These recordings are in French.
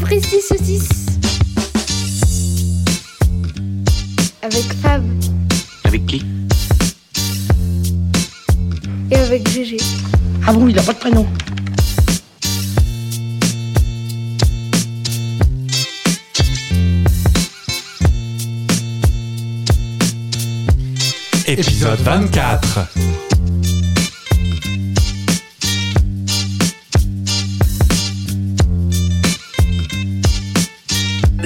Fristi Saucisse. Avec Fab Avec qui et avec Gégé. Ah bon, il n'a pas de prénom. Épisode 24.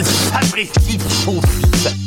Sapristi saucisse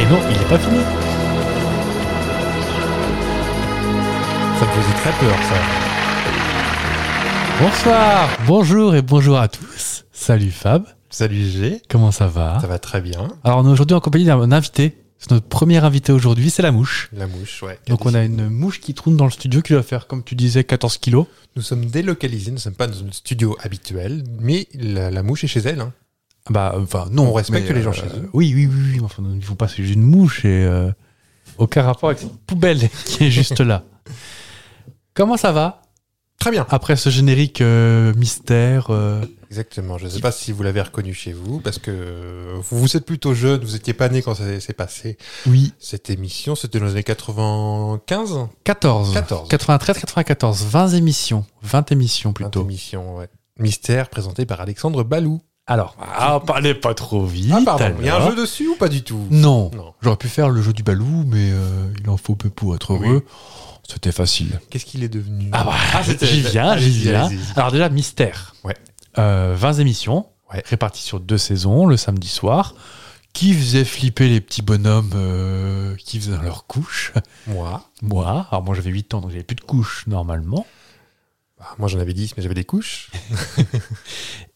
Et non, il n'est pas fini. Ça me faisait très peur, ça. Bonsoir, bonjour et bonjour à tous. Salut Fab, Salut G, comment ça va ça va très bien. Alors on est aujourd'hui en compagnie d'un invité. C'est notre premier invité aujourd'hui, c'est la mouche. La mouche, ouais. Donc on a une mouche qui trône dans le studio qui va faire, comme tu disais, 14 kilos. Nous sommes délocalisés, nous ne sommes pas dans notre studio habituel, mais la, la mouche est chez elle. hein. Bah, enfin, On non. respecte mais, les gens euh, chez eux. Oui, oui, oui. oui, mais Enfin, ils font pas c'est juste une mouche et euh, aucun rapport avec cette poubelle qui est juste là. Comment ça va Très bien. Après ce générique euh, mystère, euh, Exactement. Je ne sais pas si vous l'avez reconnu chez vous, parce que euh, vous, vous êtes plutôt jeune, vous étiez pas né quand ça s'est passé. oui, Cette émission, c'était dans les années 95 14. 14. 93, 94, 20 émissions. 20 émissions plutôt. Émission, ouais. Mystère présenté par Alexandre Balou. Alors, ah, parlez pas trop vite. Ah pardon, il y a un alors. jeu dessus ou pas du tout Non. Non. J'aurais pu faire le jeu du balou, mais euh, il en faut peu pour être Oui. heureux. C'était facile. Qu'est-ce qu'il est devenu Ah bah, c'était- j'y viens, j'y allez-y, viens. allez-y. Alors déjà, mystère. Ouais. Euh, 20 émissions, Ouais. réparties sur deux saisons, le samedi soir, qui faisait flipper les petits bonhommes euh, qui faisaient dans leur couche. Moi, Moi, alors moi j'avais 8 ans, donc j'avais plus de couche normalement. Bah, moi j'en avais 10, mais j'avais des couches.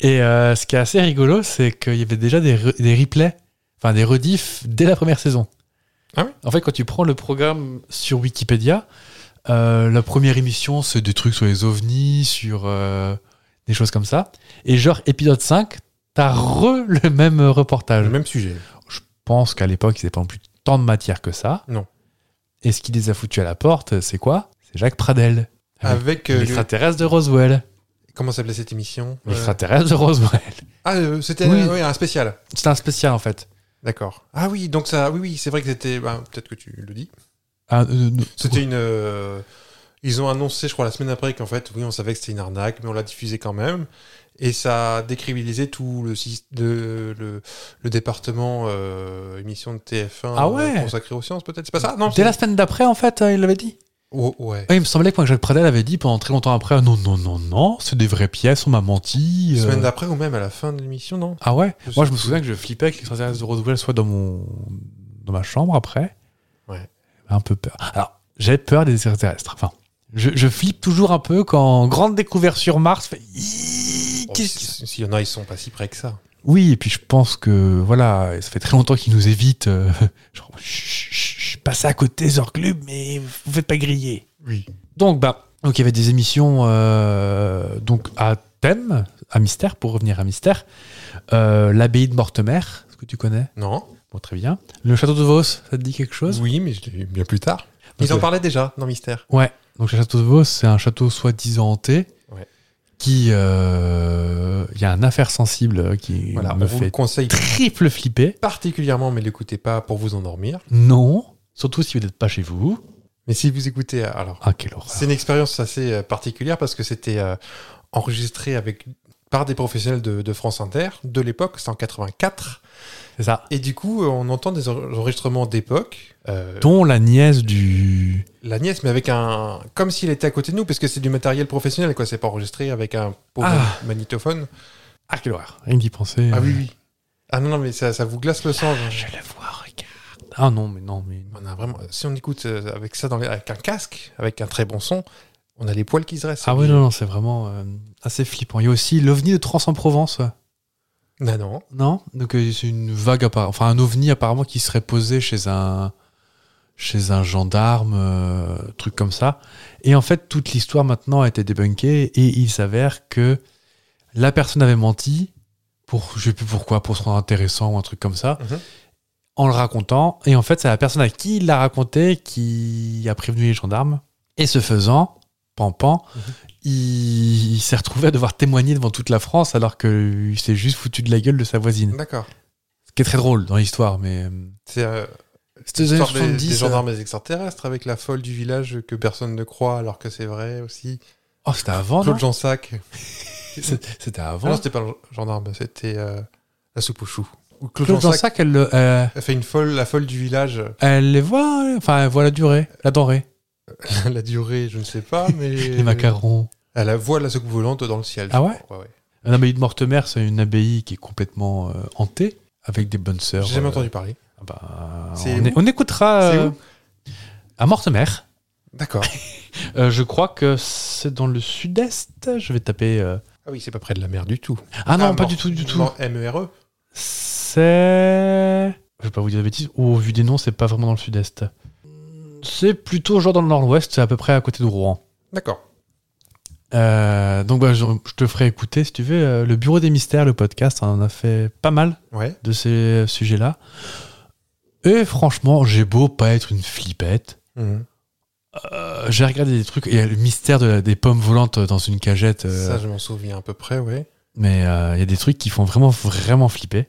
Et euh, ce qui est assez rigolo, c'est qu'il y avait déjà des, re- des replays, enfin des rediffs dès la première saison. Ah oui en fait, quand tu prends le programme sur Wikipédia, euh, la première émission, c'est des trucs sur les ovnis, sur euh, des choses comme ça. Et genre, épisode 5, t'as re le même reportage. Le même sujet. Je pense qu'à l'époque, ils n'avaient pas non plus tant de matière que ça. Non. Et ce qui les a foutus à la porte, c'est quoi C'est Jacques Pradel, Avec... euh, le- l'extraterrestre de Roswell. Comment s'appelait cette émission Euh, L'extraterrestre de Roswell. Ah, euh, c'était Oui. euh, oui, un spécial. C'était un spécial, en fait. D'accord. Ah oui, donc ça, oui, oui, c'est vrai que c'était. bah, Peut-être que tu le dis. Ah, euh, non. C'était une. euh, ils ont annoncé, je crois, la semaine après qu'en fait, oui, on savait que c'était une arnaque, mais on l'a diffusé quand même. Et ça a décriminalisé tout le, syst- de- le, le département euh, émission de TF1 Ah ouais euh, consacré aux sciences, peut-être. C'est pas ça Non, Dès c'est- la semaine d'après, en fait, euh, il l'avait dit. Oh, ouais. Ouais, il me semblait que moi, Jacques Pradel avait dit pendant très longtemps après ah, non, non, non, non, c'est des vraies pièces, on m'a menti. euh. Semaine d'après ou même à la fin de l'émission, non Ah ouais Je sais Moi, je me plus. souviens que je flippais que l'extraterrestre de Roswell soit dans, mon... dans ma chambre après. Ouais. Un peu peur. Alors, j'ai peur des extraterrestres. Enfin, je, je flippe toujours un peu quand grande découverte sur Mars fait. Iiii, Oh, si- qu'est-ce qui- S'il y en a, ils sont pas si près que ça. Oui, et puis je pense que, voilà, ça fait très longtemps qu'ils nous évitent. euh, genre, chut, chut, chut, passez à côté, Zorglub, mais vous faites pas griller. Oui. Donc, bah, donc il y avait des émissions euh, donc à thème, à mystère, pour revenir à mystère. Euh, L'abbaye de Mortemer, est-ce que tu connais Non Bon, très bien. Le château de Vos, ça te dit quelque chose Oui, mais je l'ai eu bien plus tard. Donc, Ils en euh, parlaient déjà dans Mystère. Ouais. Donc, le château de Vos, c'est un château soi-disant hanté. Ouais. Qui. euh, Il y a un affaire sensible qui Voilà, on me vous le fait conseille triple flipper. particulièrement, mais l'écoutez pas pour vous endormir. Non. Surtout si vous n'êtes pas chez vous. Mais si vous écoutez, alors, Ah, quelle horreur. c'est une expérience assez euh, particulière parce que c'était euh, enregistré avec par des professionnels de, de France Inter de l'époque, c'était en 84. C'est ça. Et du coup, euh, on entend des en- enregistrements d'époque. euh, Dont la nièce du. la nièce, mais avec un. Comme s'il était à côté de nous, parce que c'est du matériel professionnel, quoi. C'est pas enregistré avec un pauvre Ah. magnétophone. Ah, quelle horreur. Rien que d'y penser. Ah euh, oui, oui. Ah non, non, mais ça, ça vous glace le sang. Je le vois, regarde. Ah non, mais non, mais. On a vraiment, si on écoute euh, avec ça dans les- avec un casque, avec un très bon son, on a les poils qui se dressent. Ah oui, non, non, c'est vraiment euh, assez flippant. Il y a aussi l'OVNI de Trans-en-Provence. Non, Bah non. Non Donc euh, c'est une vague apparemment, enfin un ovni apparemment qui serait posé chez un chez un gendarme, euh, truc comme ça. Et en fait, toute l'histoire maintenant a été débunkée et il s'avère que la personne avait menti pour je sais plus pourquoi, pour se rendre intéressant ou un truc comme ça, Mhm. en le racontant. Et en fait, c'est la personne à qui il l'a raconté qui a prévenu les gendarmes. Et ce faisant, pan pan, Mhm. il, il s'est retrouvé à devoir témoigner devant toute la France alors qu'il s'est juste foutu de la gueule de sa voisine. D'accord. Ce qui est très drôle dans l'histoire, mais. euh, C'est euh, C'était les années l'histoire des, 70. des euh, gendarmes et des extraterrestres avec la folle du village que personne ne croit alors que c'est vrai aussi. Oh, c'était avant, non Claude Jansac. C'est- C'était Ah non, avant. c'était pas le gendarme, c'était euh, la soupe aux choux. Ou Claude, Claude Jansac Jansac, elle, le- euh, a fait une folle, la folle du village. elle les voit, euh, enfin, elle voit la durée, la denrée, la durée, je ne sais pas, mais. les macarons. Elle voit la soucoupe volante dans le ciel. je Ah ouais crois, Une abbaye de Mortemer, c'est une abbaye qui est complètement euh, hantée, avec des bonnes sœurs. J'ai jamais euh, entendu parler. ah bah, C'est on, é- où on écoutera. C'est euh, où à Mortemer. D'accord. Euh, je crois que c'est dans le sud-est. Je vais taper. euh, Ah oui, c'est pas près de la mer du tout. Ah non, pas du tout, du tout. M-E-R-E. C'est. Je vais pas vous dire de bêtises. Au vu des noms, c'est pas vraiment dans le sud-est. C'est plutôt genre dans le nord-ouest, c'est à peu près à côté de Rouen. D'accord. Euh, donc bah, je, je te ferai écouter, si tu veux, euh, le Bureau des Mystères, le podcast. hein, On en a fait pas mal Ouais. de ces euh, sujets-là. Et franchement, j'ai beau pas être une flippette. euh, j'ai regardé des trucs. Il y a le mystère de la- des pommes volantes dans une cagette. euh, Ça, je m'en souviens à peu près, ouais. mais euh, il y a des trucs qui font vraiment vraiment flipper.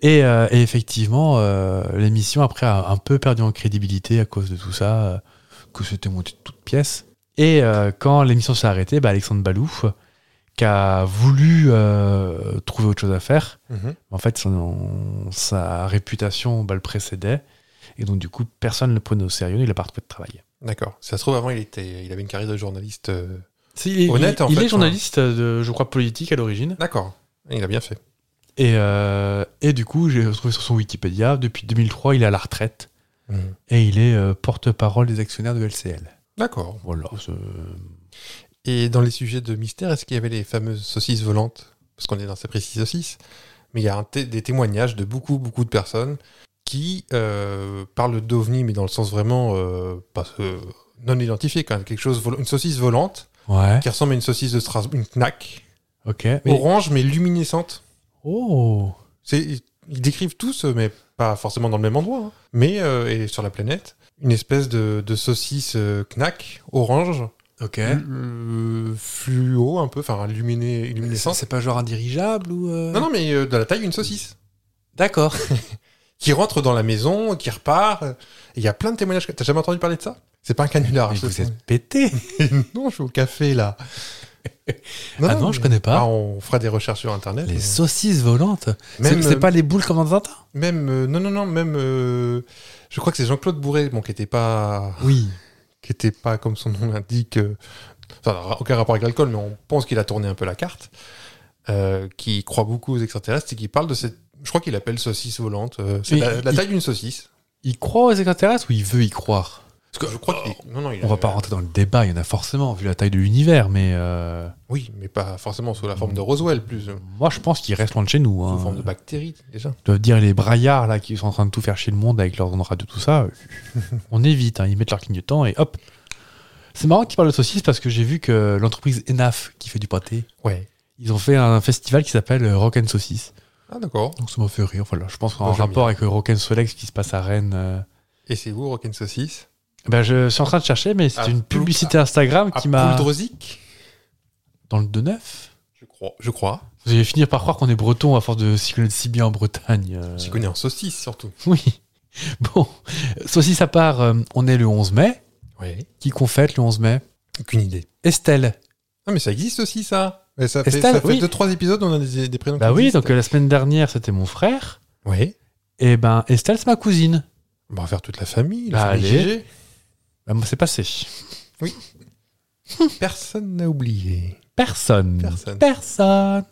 Et, euh, et effectivement, euh, l'émission après a un peu perdu en crédibilité à cause de tout ça, euh, que c'était monté de toutes pièces. Et euh, quand l'émission s'est arrêtée, bah, Alexandre Balou, qui a voulu euh, trouver autre chose à faire, Mhm. en fait, son- sa réputation bah, le précédait. Et donc, du coup, personne ne le prenait au sérieux, il a pas retrouvé de travail. D'accord. Si ça se trouve, avant, il, était... il avait une carrière de journaliste. euh, il est, Honnête, en il fait, hein. est journaliste, euh, de, je crois, politique à l'origine. D'accord. Il a bien fait. Et, euh, et du coup, j'ai retrouvé sur son Wikipédia, depuis 2003, il est à la retraite Mhm. et il est euh, porte-parole des actionnaires de LCL. D'accord. Voilà. c'est- Et dans les sujets de mystère, est-ce qu'il y avait les fameuses saucisses volantes Parce qu'on est dans ces précises saucisses. Mais il y a un té- des témoignages de beaucoup, beaucoup de personnes qui euh, parlent d'ovni, mais dans le sens vraiment euh, pas- euh, non identifié, quand même. Quelque chose, vol- une saucisse volante Ouais. qui ressemble à une saucisse de Strasbourg, une knack, Ok. Oh, mais- orange mais luminescente. Oh. C'est- Ils ils décrivent tous, euh, mais pas forcément dans le même endroit, hein. mais euh, et sur la planète, une espèce de, de saucisse euh, knack, orange, Ok. euh, fluo un peu, enfin illuminé, luminescent. pas genre un dirigeable ou. euh, Non, non, mais euh, de la taille d'une saucisse. D'accord. Qui rentre dans la maison, qui repart. Et Il y a plein de témoignages. T'as jamais entendu parler de ça C'est pas un canular. hein, Mais je vous sais. êtes pété. Non, je suis au café là. Ah non, je connais pas. Ah, on fera des recherches sur internet. Les mais- saucisses volantes. C'est euh, Même, c'est euh, pas les boules comme dans un temps Même euh, non non non même euh, je crois que c'est Jean-Claude Bourret bon qui était pas Oui. qui était pas comme son nom l'indique euh, enfin ra- aucun rapport avec l'alcool mais on pense qu'il a tourné un peu la carte euh, qui croit beaucoup aux extraterrestres et qui parle de cette je crois qu'il appelle saucisse volante euh, c'est Mais la, il- la taille d'une saucisse Il croit aux extraterrestres ou il veut y croire parce que je crois qu'il non non il On va a- pas rentrer dans le débat, il y en a forcément, vu la taille de l'univers, mais. euh, oui mais pas forcément sous la forme de Roswell plus euh, Moi, je pense qu'il reste loin de chez nous. sous hein. forme de bactéries déjà doivent dire les braillards là qui sont en train de tout faire chez le monde avec leurs ondes radio tout ça euh, on évite hein. ils mettent leur clignotant et hop c'est marrant qu'ils parlent de saucisses parce que j'ai vu que l'entreprise Enaf qui fait du pâté ouais ils ont fait un festival qui s'appelle euh, Rock and Saucisse ah d'accord donc ça m'a fait rire voilà je pense qu'en Moi, j'aime rapport avec le Rock and Solex qui se passe à Rennes euh, et c'est vous Rockin' Saucisse ben je suis en train de chercher mais c'est Ah, une plou- publicité Instagram à qui m'a Pouldrosic dans le 2-9 je crois je crois vous allez finir par croire qu'on est breton à force de s'y connaître si bien en Bretagne euh. s'y connaît en saucisse surtout oui bon saucisse à part euh, on est le 11 mai ouais qui qu'on fête le 11 mai aucune idée Estelle. Non, mais ça existe aussi, ça. Mais ça fait, Estelle, ça fait oui. deux, trois épisodes, on a des, des prénoms. Bah qui oui, existent. donc euh, la semaine dernière, c'était mon frère. Oui. Et ben, Estelle, c'est ma cousine. Bon, on va faire toute la famille. Bah, La famille allez. GG. Bah, moi, c'est passé. Personne n'a oublié. Personne. Personne. Personne.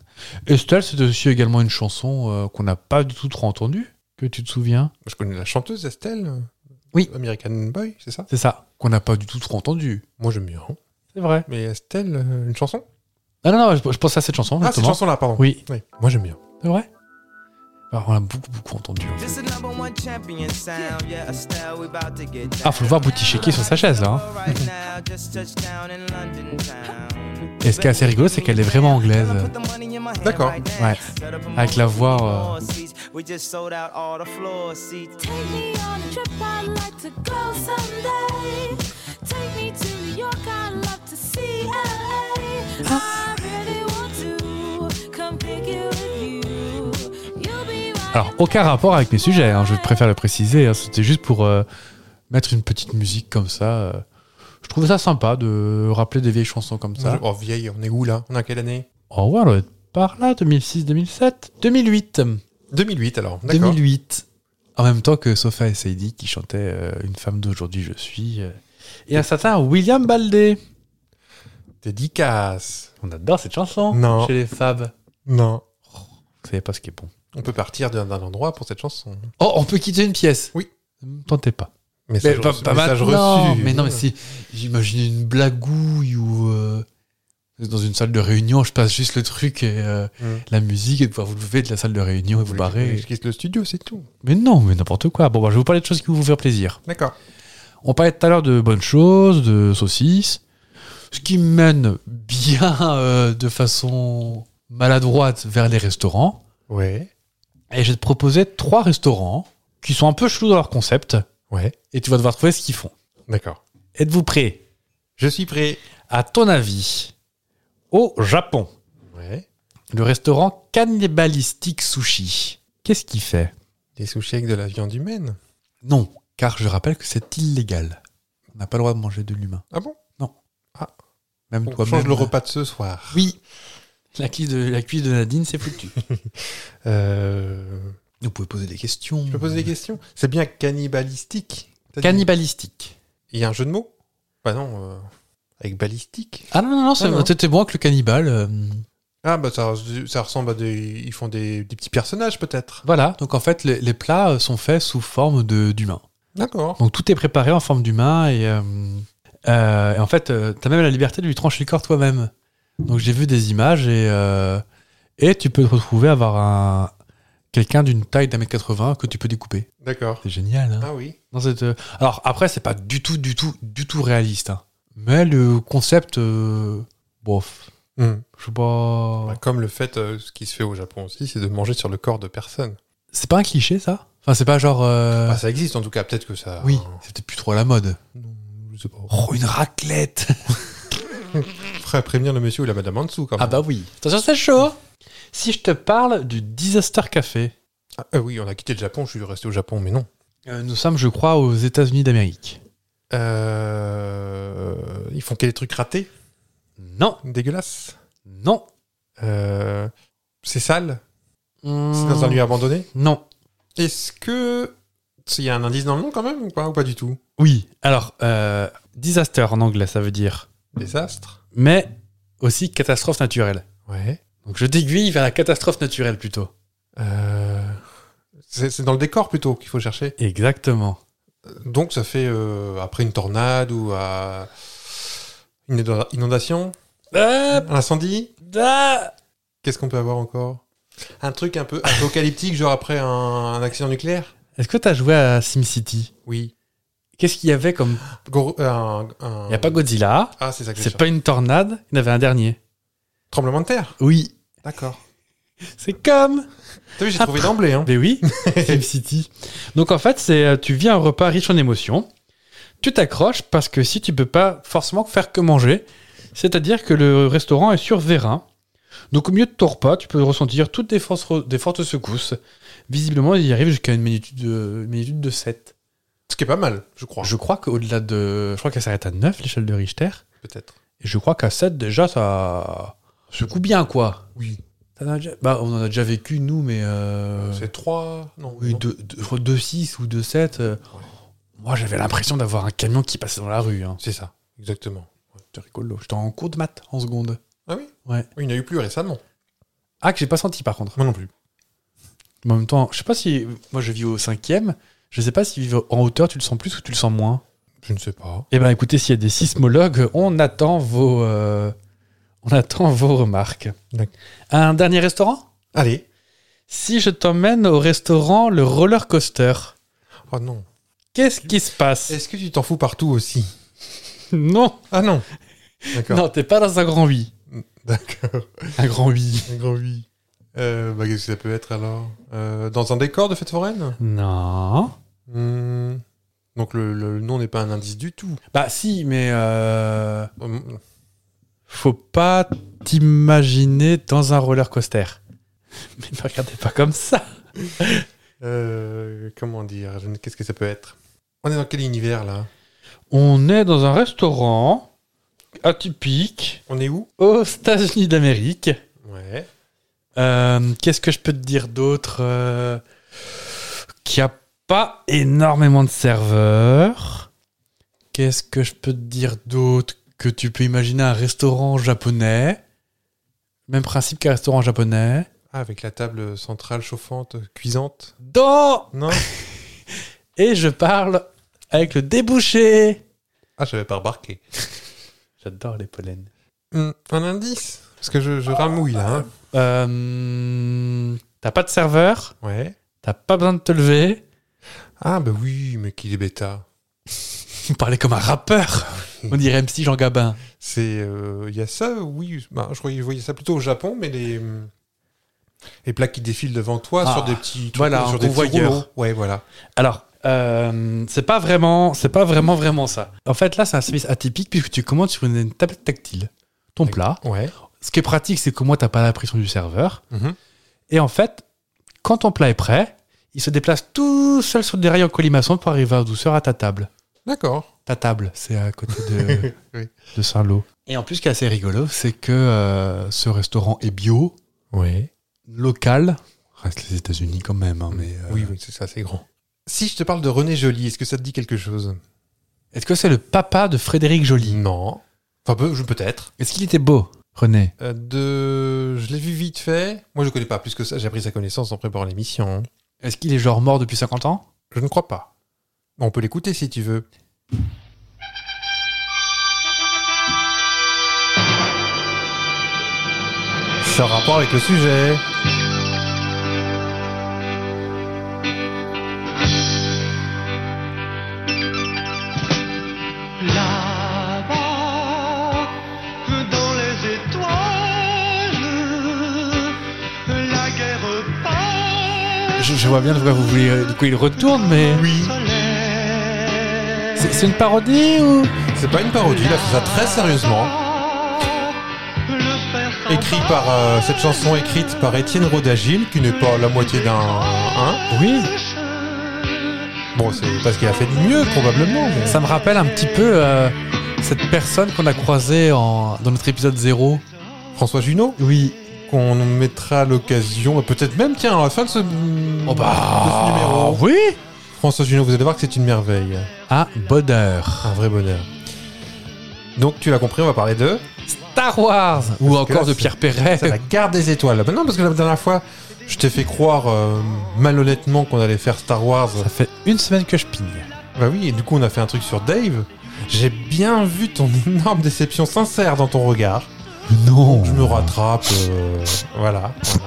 Estelle, c'est aussi également une chanson euh, qu'on n'a pas du tout trop entendue. que que tu te souviens Je connais la chanteuse Estelle. euh, Oui. American Boy, c'est ça C'est ça, qu'on n'a pas du tout trop entendu. Moi, j'aime bien. hein. C'est vrai. Mais Estelle, euh, une chanson Ah non, non, je, je pense à cette chanson, Ah, cette justement. chanson-là, pardon. Oui, Oui, Moi, j'aime bien. c'est vrai. Alors, Ah, on l'a beaucoup, beaucoup entendu. en fait. This is number one champion sound. Yeah, Estelle, we about to get down. Ah, faut le voir boutichequer sur sa chaise, là. hein. Right now, just touched down in London town. Et ce qui est assez rigolo, c'est qu'elle est vraiment anglaise. D'accord. Ouais. Avec la voix, euh, We just sold out all the floor seats. Take me on a trip, I'd like to go someday. Take me to New York, I'd love to see LA. I really want to come pick it with you. You'll be right Alors, aucun rapport avec mes sujets, hein, je préfère le préciser. hein, C'était juste pour euh, mettre une petite musique comme ça. euh. Je trouvais ça sympa de rappeler des vieilles chansons comme Moi, ça. je- Oh, vieille, on est où là On a quelle année Oh ouais, on doit être par là, 2006, 2007, 2008. 2008, alors. D'accord. 2008. En même temps que Sofa et Saidi qui chantaient euh, Une femme d'aujourd'hui, je suis. euh, et un certain William Baldé. Dédicace. On adore cette chanson. Non. Chez les Fab. Non. Vous savez pas ce qui est bon. On peut partir d'un d'un endroit pour cette chanson. Oh, on peut quitter une pièce Oui. Ne me Tentez pas. Message pas- reçu- pas message maintenant, reçu. Mais non, mais si. J'imagine une blagouille ou. euh, dans une salle de réunion, je passe juste le truc et euh, Mm. la musique et de pouvoir vous lever de la salle de réunion et vous Je- barrer. Je quitte le studio, c'est tout. Mais non, mais n'importe quoi. Bon, bah, je vais vous parler de choses qui vont vous faire plaisir. D'accord. On parlait tout à l'heure de bonnes choses, de saucisses, ce qui mène bien euh, de façon maladroite vers les restaurants. Ouais. Et je vais te proposer trois restaurants qui sont un peu chelous dans leur concept, Ouais. et tu vas devoir trouver ce qu'ils font. D'accord. Êtes-vous prêt Je suis prêt. À ton avis, au Japon, Ouais. le restaurant Cannibalistic Sushi, qu'est-ce qu'il fait Des sushis avec de la viande humaine. Non, car je rappelle que c'est illégal. On n'a pas le droit de manger de l'humain. Ah bon Même On toi-même. change le repas de ce soir. Oui. La cuisse de, la cuisse de Nadine, c'est foutu. Euh, Vous pouvez poser des questions. Je peux poser des questions C'est bien cannibalistique. T'as dit- Cannibalistique. Il y a un jeu de mots Bah non. euh, Avec balistique. Ah non, non, non, c'est- Ah non. c'était bon avec le cannibale. euh, Ah bah ça, ça ressemble à des... Ils font des, des petits personnages peut-être. voilà, donc en fait, les, les plats euh, sont faits sous forme de- d'humain. D'accord. Donc tout est préparé en forme d'humain et, euh, euh, et en fait, euh, t'as même la liberté de lui trancher le corps toi-même. Donc j'ai vu des images et, euh, et tu peux te retrouver à avoir un, quelqu'un d'une taille d'un mètre 80 que tu peux découper. D'accord. C'est génial. hein. Ah oui. Non, c'est, euh, Alors après, c'est pas du tout, du tout, du tout réaliste. hein. Mais le concept, euh, bof, Hmm. je sais pas. Bah, comme le fait, euh, ce qui se fait au Japon aussi, c'est de manger sur le corps de personne. C'est pas un cliché ça Enfin, c'est pas genre. euh, Bah, ça existe en tout cas, peut-être que ça. oui, c'est peut-être plus trop à la mode. Non, je sais pas. Oh, une raclette Ferait prévenir le monsieur ou la madame en dessous quand Ah même. bah oui. Attention, c'est chaud Si je te parle du Disaster Café, Ah, euh, oui, on a quitté le Japon, je suis resté au Japon, mais non. euh, nous sommes, je crois, aux États-Unis d'Amérique. Euh, Ils font quels trucs ratés Non, Dégueulasses non. Euh, C'est sale Hmm. C'est dans un lieu abandonné Non. Est-ce que. Il y a un indice dans le nom quand même ou pas Ou pas du tout Oui, alors, euh, disaster en anglais, ça veut dire. Désastre Mais aussi catastrophe naturelle. Ouais. Donc je t'aiguille vers la catastrophe naturelle plutôt. Euh, C'est c'est dans le décor plutôt qu'il faut chercher. Exactement. Donc ça fait euh, après une tornade ou à une indo- inondation, Ah, un incendie. ah. Qu'est-ce qu'on peut avoir encore Un truc un peu apocalyptique, genre après un, un accident nucléaire. Est-ce que t'as joué à SimCity Oui. Qu'est-ce qu'il y avait comme... Gor- euh, un- un- Il n'y a pas Godzilla, Ah c'est ça que je c'est cherche. pas une tornade, il y en avait un dernier. Tremblement de terre. Oui. D'accord. C'est comme... T'as vu j'ai Ah, trouvé d'emblée. Hein. Mais oui, SimCity. Donc en fait, c'est euh, tu vis un repas riche en émotions, tu t'accroches parce que si tu peux pas forcément faire que manger, c'est-à-dire que le restaurant est sur vérin. Donc au milieu de ton repas, tu peux ressentir toutes des, forces re- des fortes secousses. Visiblement, il y arrive jusqu'à une minute de, une minute de 7. Ce qui est pas mal, je crois. Je crois qu'au-delà de... Je crois qu'elle s'arrête à 9, l'échelle de Richter. Peut-être. Et je crois qu'à 7, déjà, ça secoue bien, quoi. Oui. T'en as déjà- Bah, on en a déjà vécu, nous, mais... euh, C'est 3... Non. oui, non. 2-6 ou 2-7. euh, Moi, j'avais l'impression d'avoir un camion qui passait dans la rue. Hein. C'est ça. Exactement. C'était rigolo. J'étais en cours de maths en seconde. Ah oui Ouais. Oui, Il n'y en a eu plus récemment. Ah, que j'ai pas senti par contre. Moi non plus. Mais en même temps, je sais pas si. Moi, je vis au cinquième. Je sais pas si vivre en hauteur, tu le sens plus ou tu le sens moins. Je ne sais pas. Eh ben, écoutez, s'il y a des sismologues, on attend vos, euh, on attend vos remarques. D'accord. Un dernier restaurant Allez. Si je t'emmène au restaurant le roller coaster, Oh non. qu'est-ce qui se passe Est-ce que tu t'en fous partout aussi Non, Ah non. D'accord. non, t'es pas dans un grand oui. D'accord. Un grand oui. Un grand oui. Euh, bah, qu'est-ce que ça peut être alors Euh, Dans un décor de fête foraine Non. Hmm. Donc le, le nom n'est pas un indice du tout. Bah si, mais euh, Hum, faut pas t'imaginer dans un roller coaster. Mais ne regardez pas comme ça. euh, comment dire Je ne- Qu'est-ce que ça peut être On est dans quel univers là On est dans un restaurant atypique On est où aux États-Unis d'Amérique. Ouais. Euh, Qu'est-ce que je peux te dire d'autre euh, Qu'il n'y a pas énormément de serveurs. Qu'est-ce que je peux te dire d'autre Que tu peux imaginer un restaurant japonais. Même principe qu'un restaurant japonais. Ah, avec la table centrale chauffante, cuisante. Dans Non Et je parle avec le débouché. Ah, j'avais pas remarqué. J'adore les pollens. Hum, un indice Parce que je, je ramouille là. hein. Euh, t'as pas de serveur, Ouais. t'as pas besoin de te lever. Ah, bah oui, mais qu'il est bêta. Vous parlez comme un rappeur. On dirait MC Jean Gabin. C'est. euh, Il y a ça, oui. Bah, je, voyais, je voyais ça plutôt au Japon, mais les. hum, Les plaques qui défilent devant toi Ah, sur des petits. trucs, voilà, un sur des petits convoyeur. rouleaux. Ouais, voilà. Alors, euh, c'est pas vraiment, c'est pas vraiment vraiment ça. En fait, là, c'est un service atypique puisque tu commandes sur une, une tablette tactile ton plat. Ouais. Ce qui est pratique, c'est que moi, t'as pas la pression du serveur. Mhm. Et en fait, quand ton plat est prêt, il se déplace tout seul sur des rails en colimaçon pour arriver en douceur à ta table. D'accord. Ta table, c'est à côté de, Oui. de Saint-Lô. Et en plus, ce qui est assez rigolo, c'est que euh, ce restaurant est bio, Ouais. local. Reste les États-Unis quand même, hein, mais. euh, Oui, oui, c'est ça, c'est grand. Si je te parle de René Joly, est-ce que ça te dit quelque chose Est-ce que c'est le papa de Frédéric Joly Non. Enfin, peu- je- peut-être. Est-ce qu'il était beau, René Euh, de... Je l'ai vu vite fait. Moi, je connais pas plus que ça. J'ai appris sa connaissance en préparant l'émission. hein. Est-ce qu'il est genre mort depuis 50 ans Je ne crois pas. On peut l'écouter si tu veux. Ça a rapport avec le sujet. Là-bas, dans les étoiles, la guerre passe. je, je vois bien de quoi vous voulez. Du coup, il retourne, mais. Oui. C'est c'est une parodie ou C'est pas une parodie, il a fait ça très sérieusement. Écrit par euh, cette chanson écrite par Étienne Rodagil, qui n'est pas la moitié d'un. Hein Oui. bon, c'est parce qu'il a fait de mieux probablement. mais- Ça me rappelle un petit peu euh, cette personne qu'on a croisée en, dans notre épisode 0. François Junot, Oui. qu'on mettra à l'occasion, euh, peut-être même tiens à la fin de ce, Oh de ce bah. numéro. Oui François Junot, vous allez voir que c'est une merveille, Un bonheur. un vrai bonheur. Donc tu l'as compris, on va parler de Star Wars Ou Parce que encore là, de Pierre Perret. c'est la garde des étoiles. Bah non, parce que la dernière fois, je t'ai fait croire euh, malhonnêtement qu'on allait faire Star Wars. Ça fait une semaine que je pigne. Bah oui, et du coup on a fait un truc sur Dave. J'ai bien vu ton énorme déception sincère dans ton regard. Non Je me rattrape, euh, voilà. voilà.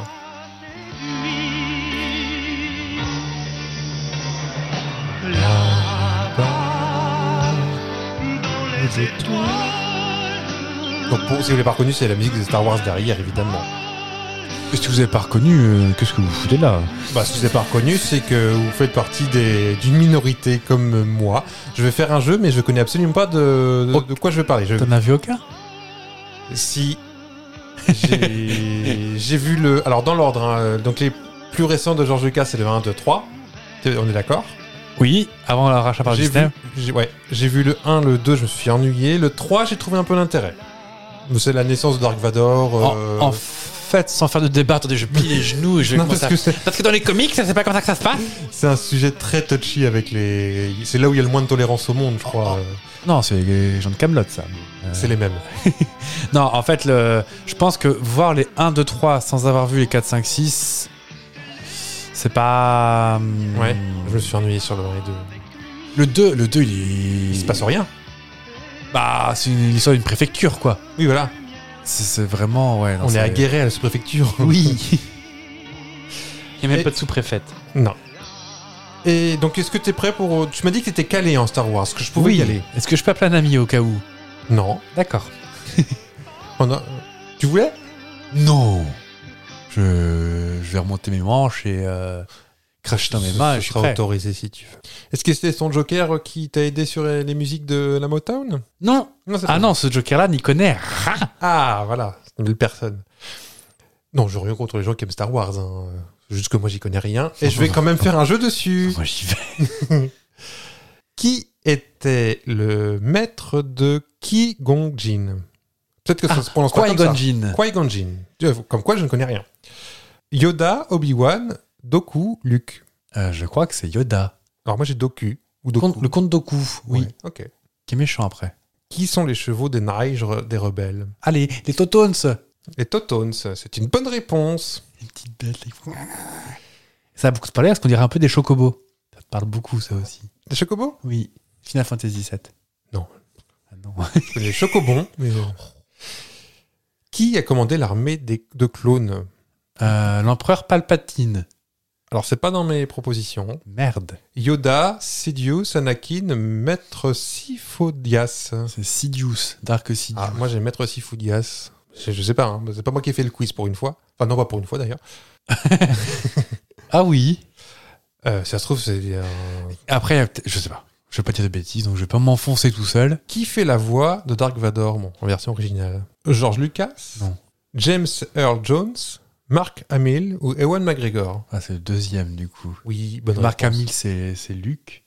Donc pour, si vous l'avez pas reconnu, c'est la musique de Star Wars derrière, évidemment. Si vous avez pas reconnu, euh, qu'est-ce que vous foutez là Bah, si vous n'avez pas reconnu, c'est que vous faites partie des- d'une minorité comme moi. Je vais faire un jeu, mais je connais absolument pas de, de, Oh. de quoi je vais parler. Je- T'en as vu aucun si j'ai j'ai vu le... Alors, dans l'ordre, hein, donc les plus récents de George Lucas, c'est le 1, 2, 3. T'es- On est d'accord Oui, avant le rachat par J'ai Disney. vu, j'ai- ouais, j'ai vu le 1, le 2, je me suis ennuyé. Le 3, j'ai trouvé un peu l'intérêt. C'est la naissance de Dark Vador. euh, En, en fait, sans faire de débat, attendez, je plie les genoux et je vais non, commencer parce à que c'est- Parce que dans les comics, ça c'est pas comme ça que ça se passe c'est un sujet très touchy avec les. C'est là où il y a le moins de tolérance au monde, je crois. Non, c'est les gens de Camelot ça. C'est les mêmes. Non, en fait, le... je pense que voir les 1, 2, 3 sans avoir vu les 4, 5, 6, c'est- C'est pas. hum, Ouais, je me suis ennuyé sur le vrai 2. Le 2, le 2, il est. Il se passe rien. Bah, c'est une- l'histoire d'une préfecture, quoi. Oui, voilà. C'est c'est vraiment. Ouais, non, On est c'est- à Guéret, à la sous-préfecture. Oui. Il n'y a même Et- pas de sous-préfète. Non. Et donc, est-ce que t'es prêt pour. Tu m'as dit que t'étais calé en Star Wars, que je pouvais y aller. Est-ce que je peux appeler un ami au cas où Non. D'accord. On a- Tu voulais Non je... je vais remonter mes manches et euh, cracher dans mes Ce- mains ce et je suis sera prêt. autorisé si tu veux. Est-ce que c'était son Joker qui t'a aidé sur les les musiques de la Motown Non Non, c'est Ah pas- non, ce Joker-là n'y connaît rien Ah, voilà, c'est une belle personne. Non, je rien contre les gens qui aiment Star Wars. hein. C'est Juste que moi, j'y connais rien. Et je vais quand même faire un jeu dessus. Moi j'y vais. Qui était le maître de Qui Gong Jin Peut-être que ça se prononce pas comme ça. Qui-Gon Jinn. Qui-Gon Jinn. Tu vois, Comme quoi, je ne connais rien. Yoda, Obi-Wan, Doku, Luke. Euh, je crois que c'est Yoda. Alors moi, j'ai Doku. Ou Le Doku. comte- Le comte Doku, oui. Ouais, ok. Qui est méchant après. Qui sont les chevaux des Nige des rebelles Allez, les Totones Une Les Totones, c'est une bonne réponse. petite bête. les- Ça a beaucoup de parler parce qu'on dirait un peu des chocobos. Ça te parle beaucoup ça aussi. Des chocobos Oui. Final Fantasy VII. Non. Ah non. Je connais Les chocobons. mais bon. Qui a commandé l'armée des- de clones Euh, L'empereur Palpatine. Alors, c'est pas dans mes propositions. Merde. Yoda, Sidious, Anakin, Maître Sifodias. C'est Sidious. Dark Sidious. Ah, moi, j'ai Maître Sifodias. Je, je sais pas, hein, c'est pas moi qui ai fait le quiz pour une fois. Enfin, non, pas pour une fois d'ailleurs. Ah oui. Euh, ça se trouve, c'est. euh, Après, il y a peut-être- je sais pas. Je vais pas dire de bêtises, donc je vais pas m'enfoncer tout seul. Qui fait la voix de Dark Vador bon, en version originale George Lucas Non. James Earl Jones Mark Hamill ou Ewan McGregor Ah, c'est le deuxième du coup. Oui, bonne Marc réponse. Hamill, c'est c'est Luke.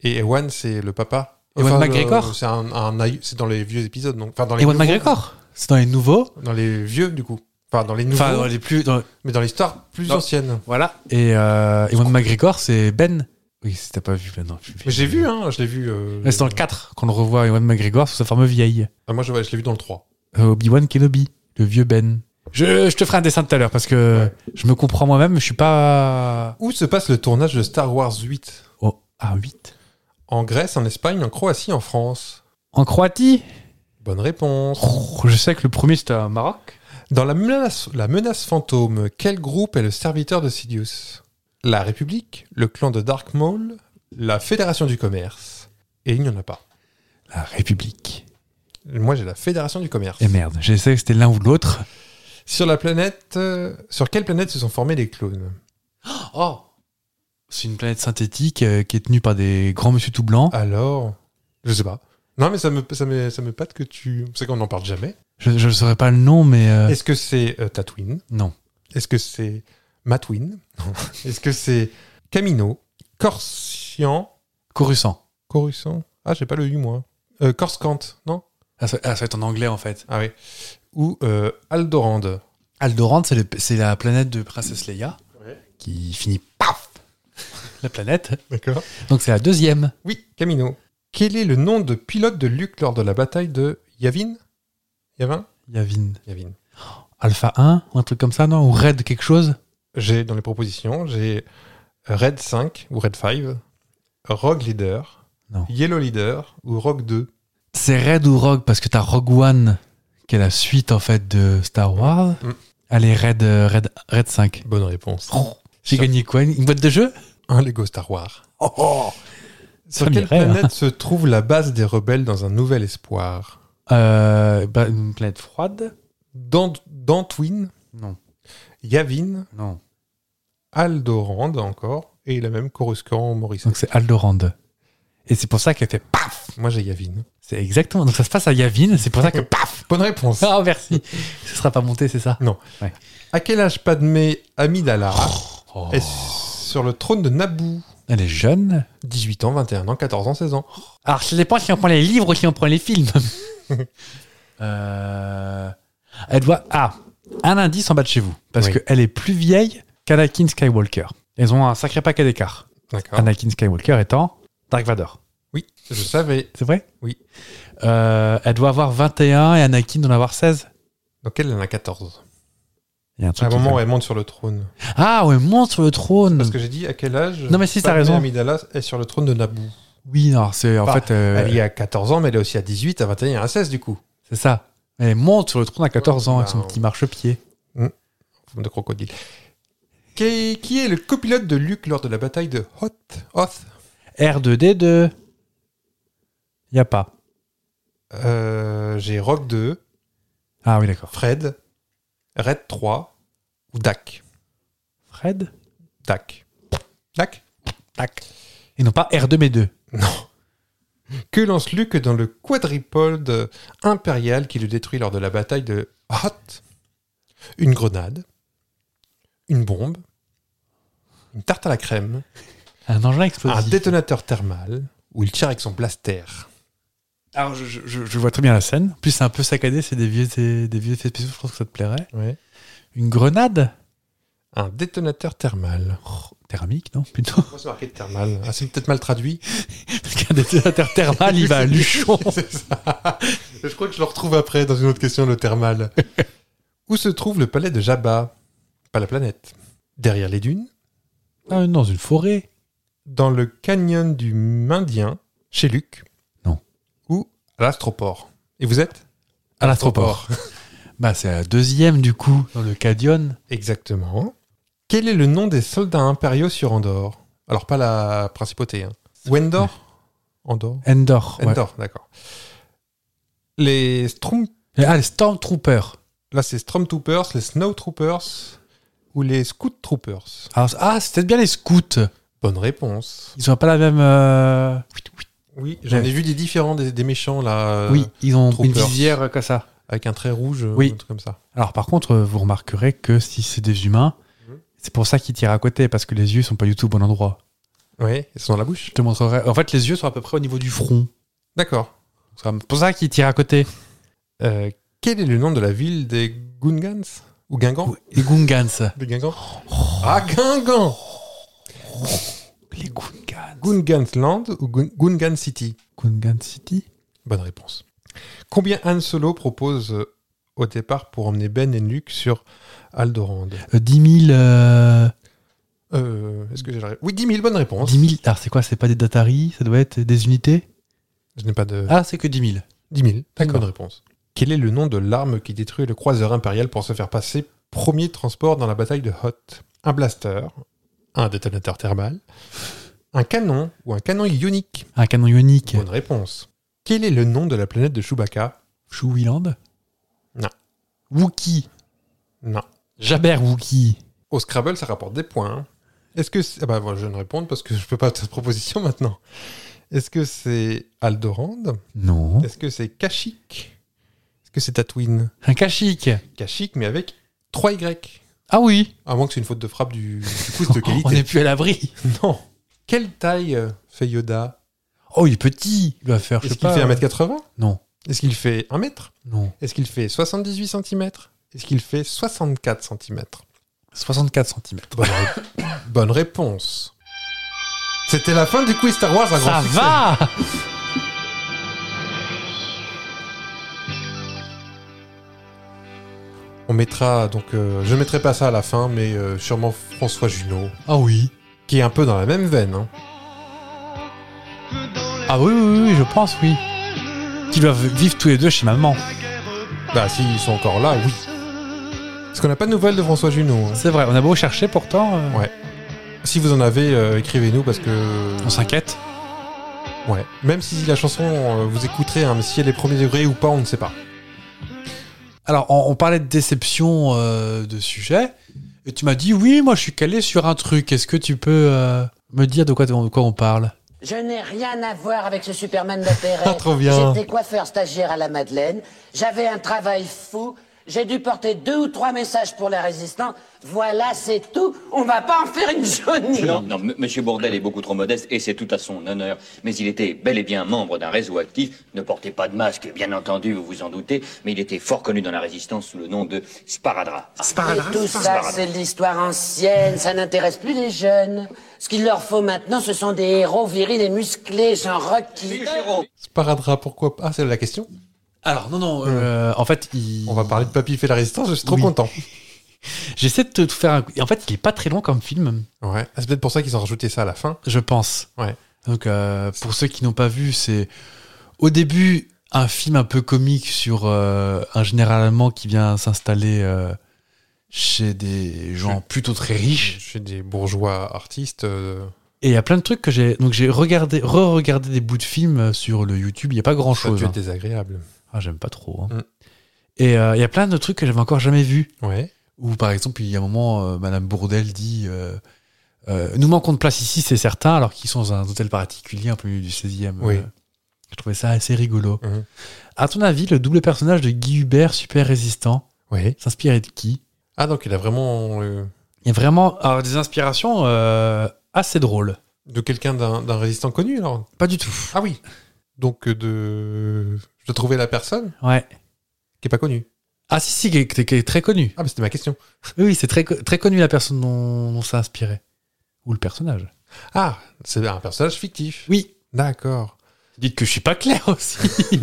Et Ewan, c'est le papa. Ewan le- McGregor C'est un, un aïe- c'est dans les vieux épisodes. Donc, enfin, dans les Ewan nouveaux- McGregor C'est dans les nouveaux. Dans les vieux, du coup. Enfin, dans les nouveaux, Enfin, dans les plus. dans- mais dans les stars plus Dans- anciennes. Voilà. Et euh, Ewan McGregor, c'est Ben. Oui, si t'as pas vu Ben, non. Mais j'ai vu, hein, je l'ai vu. euh, Mais C'est dans le 4 qu'on le revoit, Ewan McGregor, sous sa forme vieille. Ah, moi, je, ouais, je l'ai vu dans le 3. Euh, Obi-Wan Kenobi, le vieux Ben. Je, je te ferai un dessin tout à l'heure parce que je me comprends moi-même, je suis pas. Où se passe le tournage de Star Wars 8 Oh, à 8. En Grèce, en Espagne, en Croatie, en France En Croatie Bonne réponse. Oh, Je sais que le premier c'était à Maroc. Dans la menace, la menace fantôme, quel groupe est le serviteur de Sidious La République, le clan de Dark Maul, la Fédération du Commerce. Et il n'y en a pas. La République. Moi, j'ai la Fédération du Commerce. Et merde, j'essaie que c'était l'un ou l'autre. Sur la planète, euh, sur quelle planète se sont formés les clones Oh C'est une planète synthétique euh, qui est tenue par des grands monsieur tout blancs. Alors, je sais pas. Non, mais ça me, ça me, ça me pâte que tu. C'est qu'on n'en parle jamais. Je je ne saurais pas le nom, mais. euh, Est-ce que c'est euh, Tatooine Non. Est-ce que c'est Matwin Est-ce que c'est Camino Corsian Coruscant. Coruscant Ah, j'ai pas le U, moi. Euh, Coruscant, non Ah, ça, ah, ça va être en anglais en fait. Ah oui. Ou euh, Aldorand. Aldorand, c'est le- c'est la planète de Princesse Leia qui finit paf La planète. D'accord. Donc c'est la deuxième. Oui, Camino. Quel est le nom de pilote de Luke lors de la bataille de Yavin Yavin Yavin. Yavin. Alpha 1 ou un truc comme ça, non Ou Red quelque chose J'ai dans les propositions, j'ai Red 5 ou Red 5, Rogue Leader, Non. Yellow Leader ou Rogue 2. C'est Red ou Rogue parce que t'as Rogue One qui est la suite en fait de Star Wars. Mm. Allez, Red, euh, Red, Red 5. Bonne réponse. J'ai gagné quoi Une une boîte de jeu Un Lego Star Wars. Sur Ça quelle m'irait, hein. planète se trouve la base des rebelles dans un nouvel espoir Euh, bah, Une planète froide Dant- Dantooine, Non. Yavin, Non. Aldorand encore, et la même Coruscant Maurice. Donc c'est Aldorand. Et c'est pour ça qu'elle fait paf Moi j'ai Yavin. C'est exactement. Donc ça se passe à Yavin, c'est pour ça que paf Bonne réponse. Ah, merci Ce sera pas monté, c'est ça À quel âge Padmé Amidala Oh. est sur le trône de Naboo Elle est jeune 18 ans, 21 ans, 14 ans, 16 ans. Alors, ça dépend si on prend les livres ou si on prend les films. Euh, Elle doit. Ah, un indice en bas de chez vous. Parce Oui. qu'elle est plus vieille qu'Anakin Skywalker. Elles ont un sacré paquet d'écart. D'accord. Anakin Skywalker étant Dark Vador. Oui, je savais. C'est vrai Oui. Euh, elle doit avoir 21 et Anakin d'en avoir 16. Donc elle en a 14. Il y a un truc À un qui moment, fait- où elle monte sur le trône. Ah ouais, monte sur le trône. Parce que j'ai dit à quel âge Non, mais si, t'as Padmé raison. Amidala est sur le trône de Naboo. Oui, non, c'est en Bah, fait. euh, Elle y est à 14 ans, mais elle est aussi à 18, à 21 et à 16 du coup. C'est ça. Elle monte sur le trône à 14 ans avec son Wow. petit marchepied. Forme de crocodile. Qui, qui est le copilote de Luke lors de la bataille de Hoth, Hoth R2D2. Y a pas. Euh, J'ai Rock 2, Ah oui, d'accord. Fred, Red 3 ou Dak. Fred Dak. Dak Tac. Et non pas R2B2. Non. Que lance Luke dans le quadripode impérial qui le détruit lors de la bataille de Hoth Une grenade, une bombe, une tarte à la crème, Un engin un explosif. détonateur thermal où il tire avec son blaster. Alors, je, je- je- je vois très bien la scène. En plus, c'est un peu saccadé, c'est des vieux, c'est des vieux effets spéciaux, je pense que ça te plairait. Une grenade Un détonateur thermal. Oh, Thermique, non Plutôt. Pourquoi c'est marqué thermal Ah, c'est peut-être mal traduit. Parce qu'un détonateur Ah, thermal, il va à Luchon. C'est ça. Je crois que je le retrouve après dans une autre question, le thermal. Où se trouve le palais de Jabba Pas la planète. Derrière les dunes, Ah, dans une forêt. dans le canyon du Mindien, chez Luc. Non. Ou à l'astroport. Et vous êtes À l'astroport. Bah, c'est la deuxième, du coup, dans le Cadion. Exactement. Quel est le nom des soldats impériaux sur Andorre Alors, pas la principauté. Hein. Wendor Andorre Endor. ouais. Endor, d'accord. Les Strom... Ah, les Stormtroopers. Là, c'est Stormtroopers, les Snowtroopers ou les Scout Troopers Alors, ah, c'est peut-être bien les scouts. Bonne réponse. Ils ont pas la même. euh, Oui, j'en ai vu des différents des, des méchants, là, euh, oui, ils ont une Troopers. visière euh, comme ça. avec un trait rouge, euh, Oui. un truc comme ça. Alors, par contre, euh, vous remarquerez que si c'est des humains, Mhm. c'est pour ça qu'ils tirent à côté, parce que les yeux sont pas du tout au bon endroit. Oui, ils sont dans la bouche. Je te montrerai. En fait, les yeux sont à peu près au niveau du front. D'accord. C'est pour ça qu'ils tirent à côté. Euh, quel est le nom de la ville des Gungans Ou Guingamp Les Gungans. Des Guingamp Ah, Guingamp Les Gungans. Gungansland ou Gun- Gungan City Gungan City Bonne réponse. Combien Han Solo propose euh, au départ pour emmener Ben et Luke sur Aldorand Euh, 10 000. euh, Euh, Est-ce que j'ai la ré- Oui, 10 000, bonne réponse. 10 000. Alors, c'est quoi C'est pas des Datari Ça doit être des unités Je n'ai pas de... Ah, c'est que 10 000. 10 000, d'accord. bonne réponse. Quel est le nom de l'arme qui détruit le croiseur impérial pour se faire passer premier transport dans la bataille de Hoth Un blaster, un détonateur thermal, un canon ou un canon ionique Un canon ionique. Bonne réponse. Quel est le nom de la planète de Chewbacca Chouiland Non. Wookie. Non. Jabber Wookie. Au Scrabble, ça rapporte des points. hein. Est-ce que... c'est- Ah bah, bon, je vais ne répondre parce que je peux pas cette proposition maintenant. Est-ce que c'est Aldorand Non. Est-ce que c'est Kashyyyk Est-ce que c'est Tatooine Un Kashyyyk. Kashyyyk, mais avec 3 Y. Ah oui. À moins que c'est une faute de frappe du, du quiz de On n'est qualité. plus à l'abri. Non. Quelle taille euh, fait Yoda Oh, il est petit. Il va faire, je Est-ce sais qu'il pas. euh, fait 1m80 Non. Est-ce qu'il fait 1 mètre Non. Est-ce qu'il fait 78 cm Est-ce qu'il fait 64 cm 64 cm. Bonne, ré- bonne réponse. C'était la fin du quiz Star Wars, un grand Ça succès. va On mettra, donc euh, je mettrai pas ça à la fin, mais euh, sûrement François Junot, Ah oui. qui est un peu dans la même veine. hein. Ah oui, oui, oui, je pense, oui. Qui doivent vivre tous les deux chez maman. Bah s'ils sont encore là, oui. Parce qu'on n'a pas de nouvelles de François Junot. hein. C'est vrai, on a beau chercher pourtant. euh, Ouais. Si vous en avez, euh, écrivez-nous parce que... On s'inquiète. Ouais. Même si la chanson, euh, vous écouterez, hein, mais si elle est premier degré ou pas, on ne sait pas. Alors, on, on parlait de déception euh, de sujet. Et tu m'as dit, oui, moi je suis calé sur un truc. Est-ce que tu peux euh, me dire de quoi, de quoi on parle Je n'ai rien à voir avec ce Superman d'opéra. Ah, trop bien. J'étais coiffeur stagiaire à la Madeleine. J'avais un travail fou. J'ai dû porter deux ou trois messages pour les résistants. Voilà, c'est tout. On va pas en faire une jolie. Non, non, M. Monsieur Bourdel est beaucoup trop modeste et c'est tout à son honneur. Mais il était bel et bien membre d'un réseau actif, ne portait pas de masque, bien entendu, vous vous en doutez, mais il était fort connu dans la résistance sous le nom de Sparadrap. Et tout ça, c'est de l'histoire ancienne. Ça n'intéresse plus les jeunes. Ce qu'il leur faut maintenant, ce sont des héros virils et musclés, genre Rocky. Sparadra, pourquoi pas Ah, c'est la question Alors, non, non. euh, en fait, il... On va parler de Papy fait la résistance, je suis trop Oui. content. J'essaie de te faire un. et En fait, il est pas très long comme film, Ouais. Ah, C'est peut-être pour ça qu'ils ont rajouté ça à la fin. je pense. Ouais. Donc, euh, pour ceux qui n'ont pas vu, c'est au début un film un peu comique sur euh, un général allemand qui vient s'installer euh, chez des gens plutôt très riches. Chez des bourgeois artistes. euh, Et il y a plein de trucs que j'ai. Donc, j'ai regardé, re-regardé des bouts de films euh, sur le YouTube. Il n'y a pas grand ça a chose. dû hein. être désagréable. Ah, j'aime pas trop. hein. Bah, Mm. Et euh, il y a plein de trucs que j'avais encore jamais vus. Ouais. Ou par exemple, il y a un moment, euh, Madame Bourdel dit euh, euh, Nous manquons de place ici, c'est certain, alors qu'ils sont dans un hôtel particulier, un peu du 16e. Oui. Euh, je trouvais ça assez rigolo. Mhm. À ton avis, le double personnage de Guy Hubert, super résistant, Ouais. s'inspirait de qui Ah, donc il a vraiment. euh, Il y a vraiment alors, des inspirations euh, assez drôles. de quelqu'un d'un d'un résistant connu, alors Pas du tout. Ah oui. Donc euh, de. Je dois trouver la personne Ouais. qui est pas connue. Ah si, si, qui est, qui est très connu. Ah, mais c'était ma question. Oui, oui, c'est très, co- très connu la personne dont, dont ça inspirait. Ou le personnage. Ah, c'est un personnage fictif. Oui. D'accord. Dites que je suis pas clair aussi.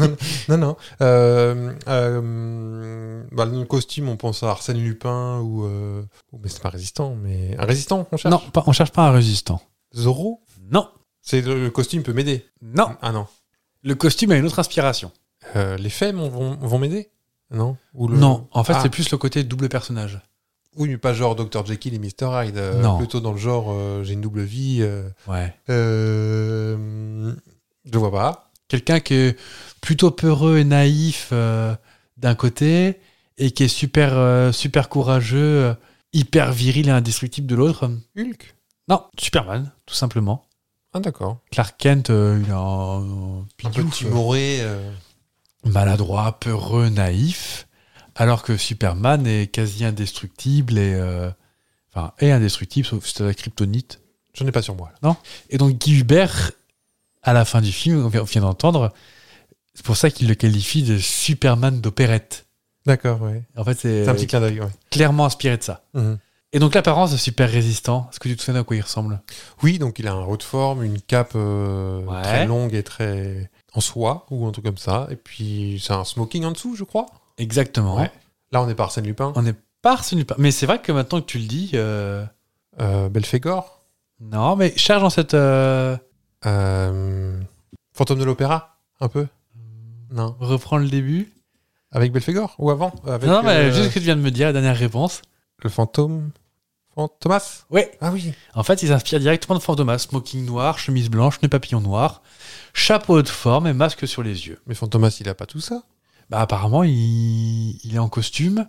Non, non. Euh, euh, bah, le costume, on pense à Arsène Lupin ou. euh, ou- Mais c'est pas résistant, mais. Un résistant, on cherche. non, pas- on cherche pas un résistant. Zorro Non. C'est le, le costume peut m'aider. Non. Ah non. Le costume a une autre inspiration. Euh, les femmes vont, vont- vont m'aider Non Ou le- Non, en fait, Ah, c'est plus le côté double personnage. Oui, mais pas genre Dr. Jekyll et Mr. Hyde. euh, Non. Plutôt dans le genre euh, j'ai une double vie. euh, Ouais. euh, je vois pas. Quelqu'un qui est plutôt peureux et naïf euh, d'un côté, et qui est super, euh, super courageux, euh, hyper viril et indestructible de l'autre. Hulk Non, Superman, tout simplement. Ah d'accord. Clark Kent, euh, il est un, un Un peu pigou, timoré. euh, euh, maladroit, peureux, naïf, alors que Superman est quasi indestructible et. euh, Enfin, est indestructible, sauf c'est la kryptonite. J'en ai pas sur moi. là. Et donc Guy Hubert, à la fin du film, on vient on vient d'entendre, c'est pour ça qu'il le qualifie de Superman d'opérette. D'accord, ouais. En fait, c'est C'est un petit clin d'œil, ouais. clairement inspiré de ça. Mhm. Et donc l'apparence de super résistant, est-ce que tu te souviens à quoi il ressemble Oui, donc il a un haut de forme, une cape euh, Ouais. très longue et très en soie ou un truc comme ça. Et puis c'est un smoking en dessous, je crois. Exactement. Ouais. Là, on est par Arsène Lupin. On n'est pas retenu par... Mais c'est vrai que maintenant que tu le dis, euh, Euh, Belphégor. non, mais charge dans cette... euh, Euh, Fantôme de l'Opéra, un peu. Hmm. Non. Reprends le début. Avec Belphégor ou avant avec, non, non, mais euh, juste ce que tu viens de me dire, la dernière réponse. Le fantôme. Fantomas Ouais. Ah oui. En fait, ils s'inspirent directement de Fantomas, smoking noir, chemise blanche, nœud papillon noir, chapeau de forme et masque sur les yeux. Mais Fantomas, il a pas tout ça. Bah, apparemment, il, il est en costume.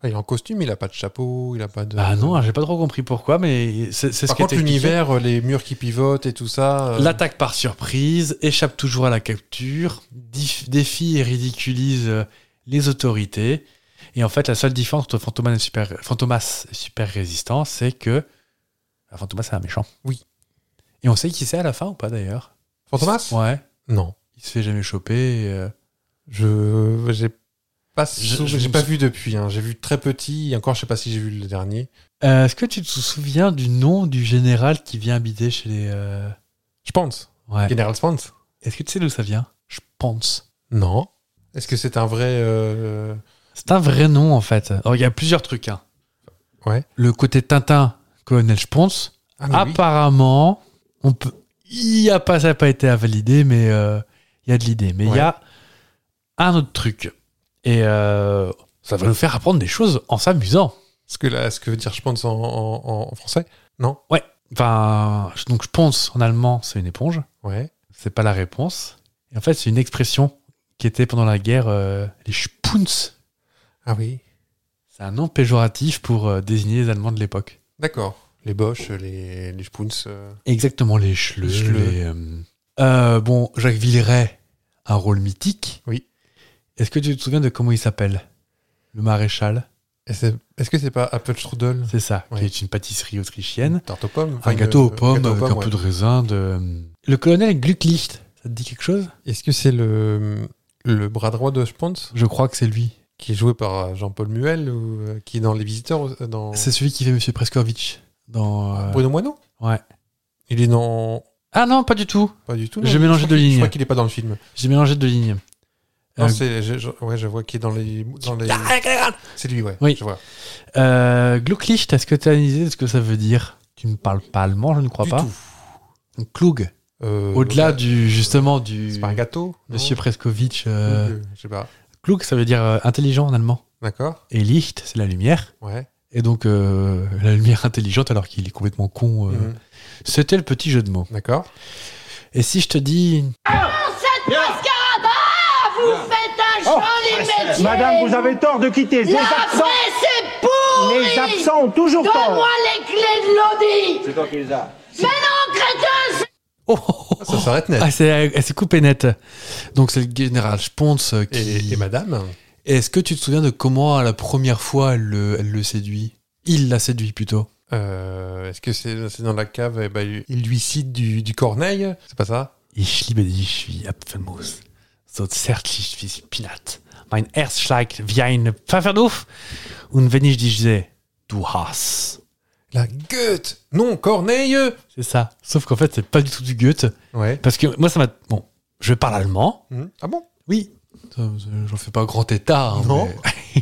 Ah, il est en costume, il a pas de chapeau, il a pas de. Bah non, j'ai pas trop compris pourquoi, mais c'est c'est ce Par qui contre, était expliqué. l'univers, euh, les murs qui pivotent et tout ça. euh, L'attaque par surprise, échappe toujours à la capture, dif- défie et ridiculise euh, les autorités. Et en fait, la seule différence entre Fantomas et Super, Fantomas et Super Résistant, c'est que bah, Fantomas, c'est un méchant. Oui. Et on sait qui c'est à la fin ou pas d'ailleurs Fantomas Ouais. Non. Il se fait jamais choper. et, euh, Je. J'ai pas, Je- sou- je j'ai me pas sou- vu depuis. hein. J'ai vu très petit. Et encore, je sais pas si j'ai vu le dernier. Euh, Est-ce que tu te souviens du nom du général qui vient habiter chez les. euh, Je pense. Ouais. General Spence Est-ce que tu sais d'où ça vient Je pense. Non. Est-ce que c'est un vrai. euh, C'est un vrai nom, en fait. Alors, il y a plusieurs trucs. hein. Ouais. Le côté Tintin, colonel Spons, Ah, mais oui. apparemment, on peut... il y a pas, ça n'a pas été à valider, mais euh, il y a de l'idée. Mais il y a un autre truc. Et euh, ça va nous faire apprendre des choses en s'amusant. Est-ce que, là, ce que veut dire je pense en, en- en français Enfin, je- donc je pense en allemand, c'est une éponge. Ouais. C'est pas la réponse. Et en fait, c'est une expression qui était pendant la guerre, euh, les Spunz. Ah oui. C'est un nom péjoratif pour euh, désigner les Allemands de l'époque. D'accord. Les Bosch, les, les Spoons. euh. Exactement, les Schleux. Les Schleux. les, euh, euh, bon, Jacques Villeray, un rôle mythique. Oui. Est-ce que tu te souviens de comment il s'appelle Le maréchal, Est-ce est-ce que c'est pas Apfelstrudel c'est ça, Oui. qui est une pâtisserie autrichienne. Tarte aux pommes Un Enfin, gâteau une- aux pommes gâteau avec un ouais. peu de raisin. De... euh, Le colonel Glucklicht, ça te dit quelque chose Est-ce que c'est le, le bras droit de Spons Je crois que c'est lui. qui est joué par euh, Jean-Paul Muel ou euh, qui est dans Les Visiteurs euh, dans C'est celui qui fait Monsieur Preskovitch dans. euh, Bruno Moineau Ouais. Il est dans Ah non, pas du tout. pas du tout. J'ai non mélangé Je crois deux qu'il- lignes. Euh, Je crois qu'il est pas dans le film. J'ai mélangé deux lignes. Non, Euh, c'est, je, je- ouais, je vois qui est dans les. Dans Ah, les... C'est lui, ouais. Oui. Je vois. Euh, Glucklicht, est-ce que tu as une idée de ce que ça veut dire Tu ne parles pas allemand, je ne crois Du pas. tout. Donc, Klug, Euh, au-delà donc, du justement du C'est pas un gâteau non Monsieur Preskovitch. euh, Euh, Je sais pas. Klug, ça veut dire euh, intelligent en allemand. D'accord Et Licht, c'est la lumière. Ouais. Et donc euh, la lumière intelligente, alors qu'il est complètement con. euh, Mhm. C'était le petit jeu de mots. D'accord. Et si je te dis Ah, Oh, Madame, vous avez tort de quitter. Les absents, les absents ont toujours tort. les clés de l'audi Oh, Ça s'arrête net. Ah, c'est, elle s'est coupée net. Donc c'est le général Spons euh, qui. Et, et madame Est-ce que tu te souviens de comment la première fois elle le, elle le séduit Il la séduit plutôt. euh, Est-ce que c'est, c'est dans la cave eh ben, Il lui cite du, du corneille C'est pas ça Ich liebe dich wie Apfelmus. So zärtlich wie Spinat. Mein Herz schlägt wie ein Pfefferduft. Und wenn ich dich sehe, du hast. La Goethe Non, Corneille C'est ça. Sauf qu'en fait, c'est pas du tout du Goethe. Ouais. Parce que moi, ça m'a. Bon, je parle allemand. Mhm. Ah bon Oui. Ça, ça, J'en fais pas grand état. hein, Non.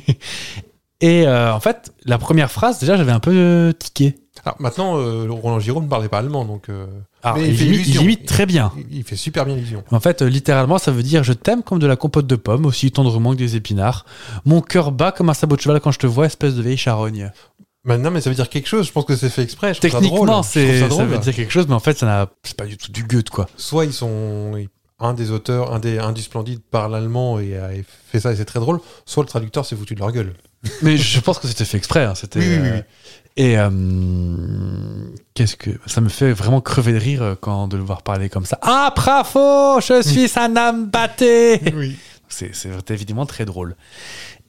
mais- Et euh, en fait, la première phrase, déjà, j'avais un peu euh, tiqué. Alors maintenant, euh, Roland Giraud ne parlait pas allemand, donc. euh, Alors, mais il, fait imite, il illusion. imite très bien. Il, il fait super bien l'illusion. En fait, euh, littéralement, ça veut dire je t'aime comme de la compote de pommes, aussi tendrement que des épinards. Mon cœur bat comme un sabot de cheval quand je te vois, espèce de vieille charogne. Maintenant, mais ça veut dire quelque chose. Je pense que c'est fait exprès. Je trouve ça Techniquement, drôle. Je trouve c'est ça, drôle. veut dire quelque chose, mais en fait, ça n'a- c'est pas du tout du Goethe, quoi. soit ils sont ils- un des auteurs, un des un du splendide parle allemand et a fait ça et c'est très drôle, soit le traducteur s'est foutu de leur gueule. Mais je pense que c'était fait exprès. hein, C'était. Oui, oui, oui, euh, Et euh, qu'est-ce que ça me fait vraiment crever de rire euh, quand de le voir parler comme ça. Ah, bravo, je suis un âme batté. Oui. C'est c'est évidemment très drôle.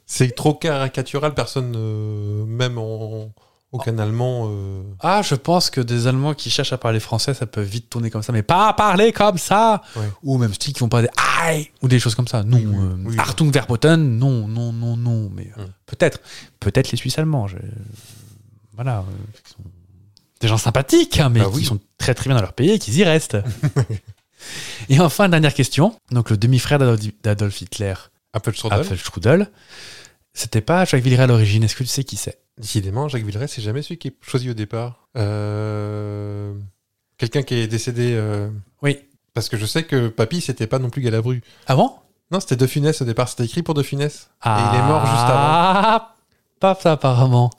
C'est trop caricatural, personne euh, même en aucun allemand euh, Ah, je pense que des Allemands qui cherchent à parler français, ça peut vite tourner comme ça, mais pas à parler comme ça. Ouais. Ou même ceux qui vont pas des aïe ou des choses comme ça. Non, oui, euh, oui. Achtung verboten, non, non, non, non. Mais euh, Hum. peut-être, peut-être les Suisses allemands. je- Voilà, euh, qui sont des gens sympathiques, hein, mais Bah qui oui. sont très très bien dans leur pays et qui y restent. et enfin, dernière question. Donc le demi-frère d'Adol- d'Adolf Hitler, un peu de Schröder. Apfel Strudel, c'était pas Jacques Villeray à l'origine. Est-ce que tu sais qui c'est Décidément, Jacques Villeray, c'est jamais celui qui est choisi au départ. Euh, Quelqu'un qui est décédé. euh, Oui. Parce que je sais que Papy, c'était pas non plus Galabru. Avant Non, c'était De Funès au départ. C'était écrit pour De Funès. Et il est mort juste avant. Ah, Pas ça, apparemment.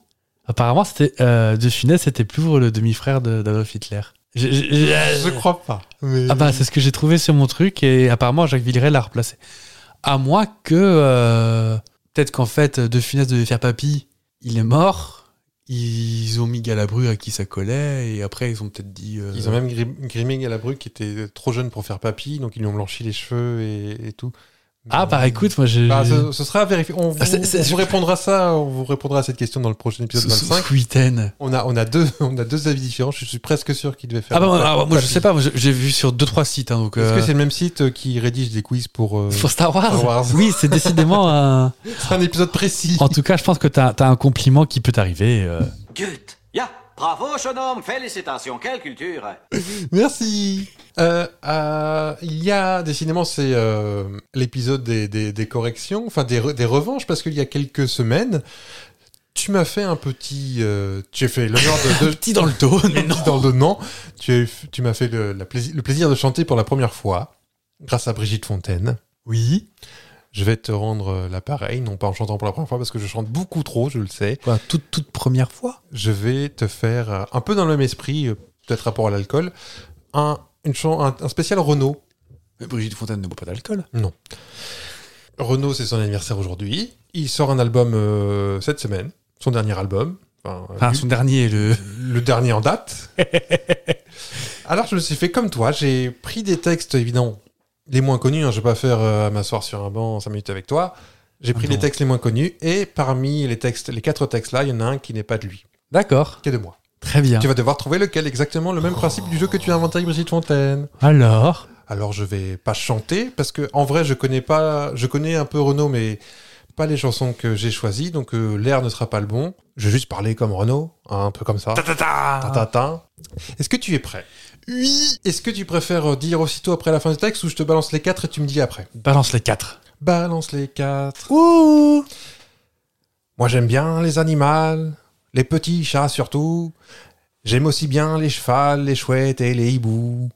Apparemment, c'était euh, De Funès, c'était plus le demi-frère de- d'Adolf Hitler. Je- je- je- Je crois pas. Mais... Ah bah, c'est ce que j'ai trouvé sur mon truc et apparemment Jacques Villeray l'a replacé. À moins que euh, peut-être qu'en fait De Funès devait faire papy, il est mort. Ils ont mis Galabru à qui ça collait et après ils ont peut-être dit. euh, Ils ont même grim- grimé Galabru qui était trop jeune pour faire papy, donc ils lui ont blanchi les cheveux et, et tout. Ah bah écoute, moi j'ai. Bah, ce, ce sera à vérifier. On vous, Ah, c'est- c'est- on vous répondra ça, on vous répondra à cette question dans le prochain épisode ce- ce 25. week-end. On a, on a deux, on a deux avis différents. Je suis presque sûr qu'il devait faire. Ah bah, papy. ah bah, moi je sais pas, moi, je- j'ai vu sur 2-3 sites. hein, donc, Est-ce euh, que c'est le même site euh, qui rédige des quiz pour, euh, Pour Star Wars, Star Wars. Oui, c'est décidément un. un épisode précis En tout cas, je pense que t'as as un compliment qui peut t'arriver. euh. Goethe. Ya, bravo, jeune homme, félicitations, quelle culture. Merci. Euh, euh, il y a décidément c'est euh, l'épisode des, des- des corrections, enfin des, re- des revanches, parce qu'il y a quelques semaines, tu m'as fait un petit, euh, tu as fait l'honneur de, de Petit dans le dos, mais non. petit dans le non, tu, as eu- tu m'as fait le, la plaisi- le plaisir de chanter pour la première fois grâce à Brigitte Fontaine. Oui. Je vais te rendre euh, l'appareil, non pas en chantant pour la première fois parce que je chante beaucoup trop, je le sais. Quoi, toute, toute première fois je vais te faire, euh, un peu dans le même esprit, euh, peut-être rapport à l'alcool, un, une chan- un, un spécial Renault. Brigitte Fontaine ne boit pas d'alcool. Renault, c'est son anniversaire aujourd'hui. Il sort un album euh, cette semaine, son dernier album. Enfin, euh, Enfin, lui- Ah, son dernier, le. le dernier en date. Alors je me suis fait comme toi, j'ai pris des textes évidemment les moins connus, hein, je vais pas faire euh, à m'asseoir sur un banc 5 minutes avec toi. J'ai Ah pris non. les textes les moins connus et parmi les textes, les quatre textes là, il y en a un qui n'est pas de lui, D'accord. qui est de moi. Très bien. Tu vas devoir trouver lequel exactement le même principe du jeu que tu as inventé avec Brigitte Fontaine. Alors Alors je vais pas chanter parce que en vrai je connais pas, je connais un peu Renaud mais pas les chansons que j'ai choisies donc euh, l'air ne sera pas le bon. Je vais juste parler comme Renaud, hein, un peu comme ça. Tintin. Est-ce que tu es prêt Oui. Est-ce que tu préfères dire aussitôt après la fin du texte ou je te balance les quatre et tu me dis après Balance les quatre. Balance les quatre. Ouh Moi j'aime bien les animaux, les petits chats surtout. J'aime aussi bien les chevals, les chouettes et les hiboux.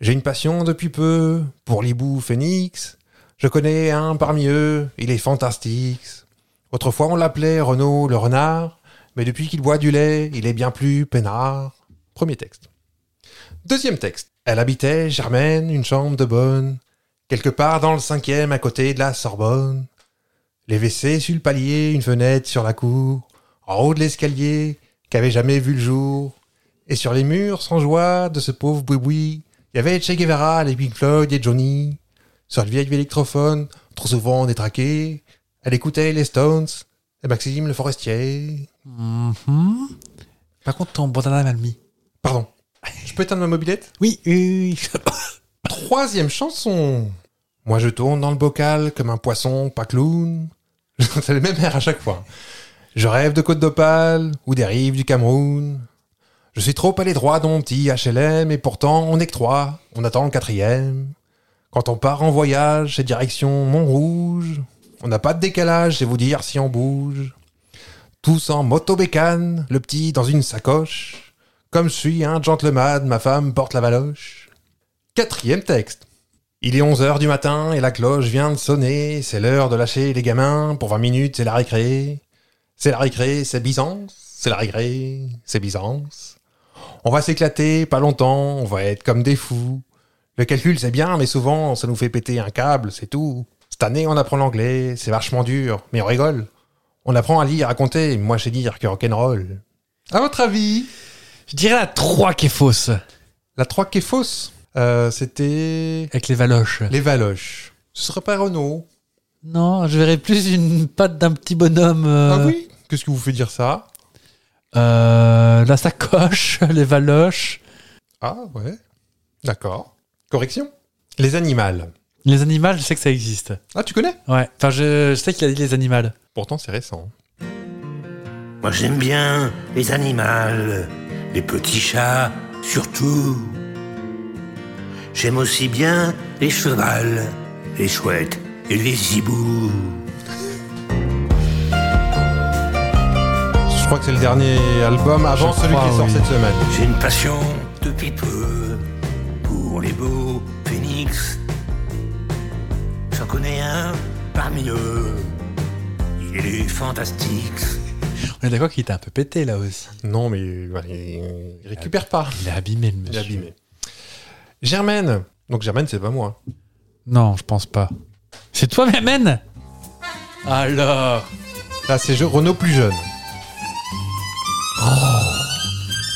J'ai une passion depuis peu pour l'hibou phénix. Je connais un parmi eux, il est fantastique. Autrefois on l'appelait Renaud le renard, mais depuis qu'il boit du lait, il est bien plus peinard. Premier texte. Deuxième texte. Elle habitait, Germaine, une chambre de bonne, quelque part dans le cinquième à côté de la Sorbonne. Les WC sur le palier, une fenêtre sur la cour, en haut de l'escalier, qu'avait jamais vu le jour. Et sur les murs, sans joie, de ce pauvre boui-boui, il y avait Che Guevara, les Pink Floyd et Johnny. Sur le vieil électrophone, trop souvent détraqué, elle écoutait les Stones et Maxime le Forestier. Hmm. Par contre, ton bandana mal mis. Pardon. Je peux éteindre ma mobilette Oui, oui, oui. Troisième chanson. Moi je tourne dans le bocal comme un poisson, pas clown. C'est le même air à chaque fois. Je rêve de Côte d'Opale ou des rives du Cameroun. Je suis trop allé droit dans mon petit HLM et pourtant on est que trois, on attend le quatrième. Quand on part en voyage, c'est direction Montrouge. On n'a pas de décalage, c'est vous dire si on bouge. Tous en moto-bécane, le petit dans une sacoche. Comme je suis un gentleman, ma femme porte la valoche. Quatrième texte. Il est 11h du matin et la cloche vient de sonner. C'est l'heure de lâcher les gamins. Pour 20 minutes, c'est la récré. C'est la récré, c'est Byzance. C'est la récré, c'est Byzance. On va s'éclater, pas longtemps, on va être comme des fous. Le calcul, c'est bien, mais souvent, ça nous fait péter un câble, c'est tout. Cette année, on apprend l'anglais, c'est vachement dur, mais on rigole. On apprend à lire, à compter, moi, je sais dire que rock'n'roll. À votre avis Je dirais la 3 qui est fausse. La 3 qui est fausse Euh, C'était Avec les valoches. les Valoches. Ce serait pas Renault Non, je verrais plus une patte d'un petit bonhomme. euh, Ah oui Qu'est-ce qui vous fait dire ça euh, la sacoche, les valoches, Ah ouais D'accord. Correction Les animaux. les animaux, je sais que ça existe. Ah, tu connais Ouais, enfin je, je sais qu'il a dit les animaux. Pourtant, c'est récent. Moi j'aime bien les animaux, les petits chats surtout. J'aime aussi bien les chevals, les chouettes et les hiboux. Je crois que c'est le dernier album avant Je celui crois, qui sort oui. cette semaine. J'ai une passion depuis peu pour les beaux phénix. J'en connais un parmi eux, il est fantastique. On est d'accord qu'il était un peu pété là aussi. Non, mais euh, voilà, il il récupère pas. Il est abîmé le monsieur. Il est abîmé. Germaine. Donc Germaine, c'est pas moi. Non, je pense pas. C'est toi, Mémène Alors Là, Ah, c'est je- Renaud plus jeune.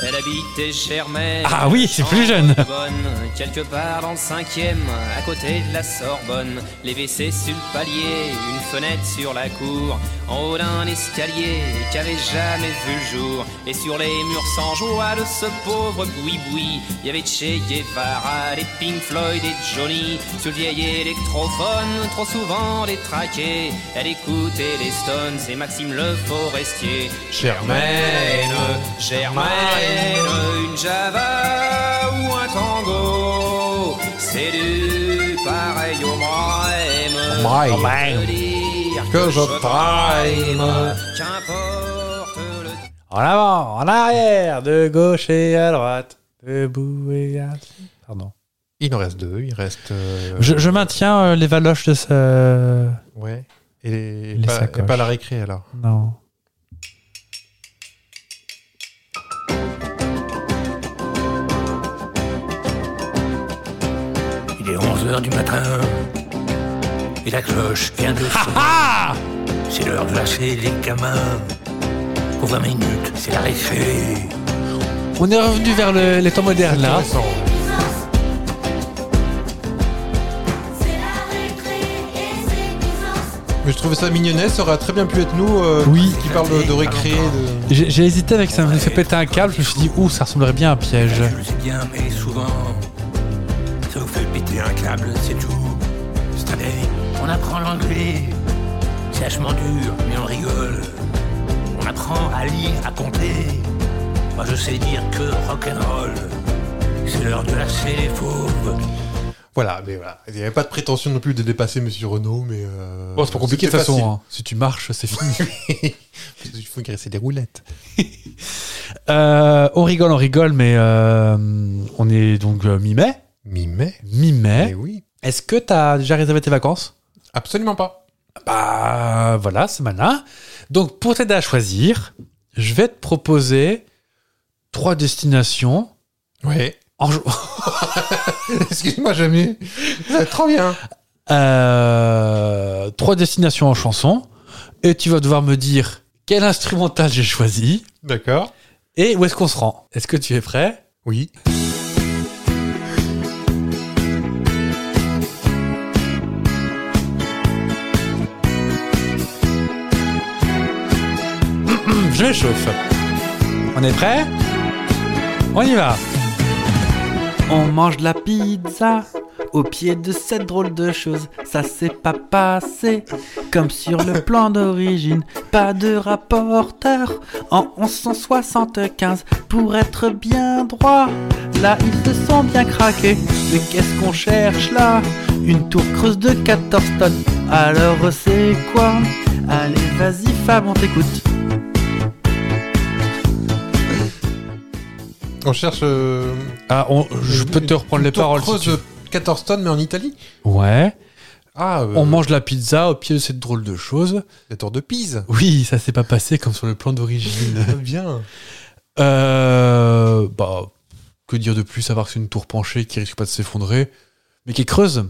Elle habitait Germaine. Ah oui, c'est plus en jeune. Sorbonne, Quelque part dans le cinquième, à côté de la Sorbonne. Les WC sur le palier, une fenêtre sur la cour. En haut d'un escalier qu'avait jamais vu le jour. Et sur les murs sans joie de ce pauvre boui-boui, il y avait Che Guevara, les Pink Floyd et Johnny. Sur le vieil électrophone, trop souvent détraqué. Elle écoutait les Stones et Maxime le Forestier. Germaine, Germaine, une java ou un tango, Oh, c'est du pareil au même. Braille. Je veux dire Que je t'aime. Qu'importe le En avant, en arrière, de gauche et à droite, debout et à... Pardon. Il en reste deux. Il reste. euh, Je, je maintiens euh, les valoches de ce... Ouais. Et, les- Les pas, et sacoches. pas la récré alors. Non. Il est 11h du matin et la cloche vient de sonner. C'est l'heure de lâcher les gamins. Pour 20 minutes, c'est la récré. On est revenu vers le- les temps modernes là. Intéressant. Mais je trouvais ça mignonnet. Ça aurait très bien pu être nous. euh, Oui. Qui parle de récré. de- J'ai j'ai hésité avec ça, me fait péter un câble, je me suis dit, ouh, ça ressemblerait bien à un piège. Je le sais bien, mais souvent, ça vous fait péter un câble, c'est tout. Cette année, on apprend l'anglais. C'est vachement dur, mais on rigole. On apprend à lire, à compter. Moi, je sais dire que rock'n'roll, c'est l'heure de lâcher les fauves. Voilà, mais voilà. Il n'y avait pas de prétention non plus de dépasser Monsieur Renault, mais. euh, Bon, c'est pas compliqué de toute c'était façon. facile. hein. Si tu marches, c'est fini. Il faut graisser des roulettes. Euh, on rigole, on rigole, mais euh, on est donc euh, mi-mai. Mi-mai Mi-mai. Eh oui. Est-ce que tu as déjà réservé tes vacances Absolument pas. Bah voilà, c'est malin. Donc pour t'aider à choisir, je vais te proposer trois destinations. Ouais. En jo- Excuse-moi, Jamie. Ça va trop bien. Euh, trois destinations en chanson. Et tu vas devoir me dire quel instrumental j'ai choisi D'accord. et où est-ce qu'on se rend. Est-ce que tu es prêt Oui. Je m'échauffe. On est prêt On y va On mange de la pizza au pied de cette drôle de chose. Ça s'est pas passé comme sur le plan d'origine. Pas de rapporteur en 1175 pour être bien droit. Là, ils se sont bien craqués. Mais qu'est-ce qu'on cherche là Une tour creuse de 14 tonnes. Alors, c'est quoi Allez, vas-y, Fab, on t'écoute. On cherche. euh, Ah, on- je peux te reprendre les plutôt paroles. si creuse tu- de 14 tonnes, mais en Italie. Ouais. Ah, euh, On mange la pizza au pied de cette drôle de chose. la tour de Pise. Ah, Oui, ça s'est pas passé comme sur le plan d'origine. bien. euh, bah, que dire de plus, savoir que c'est une tour penchée qui risque pas de s'effondrer, mais qui est creuse.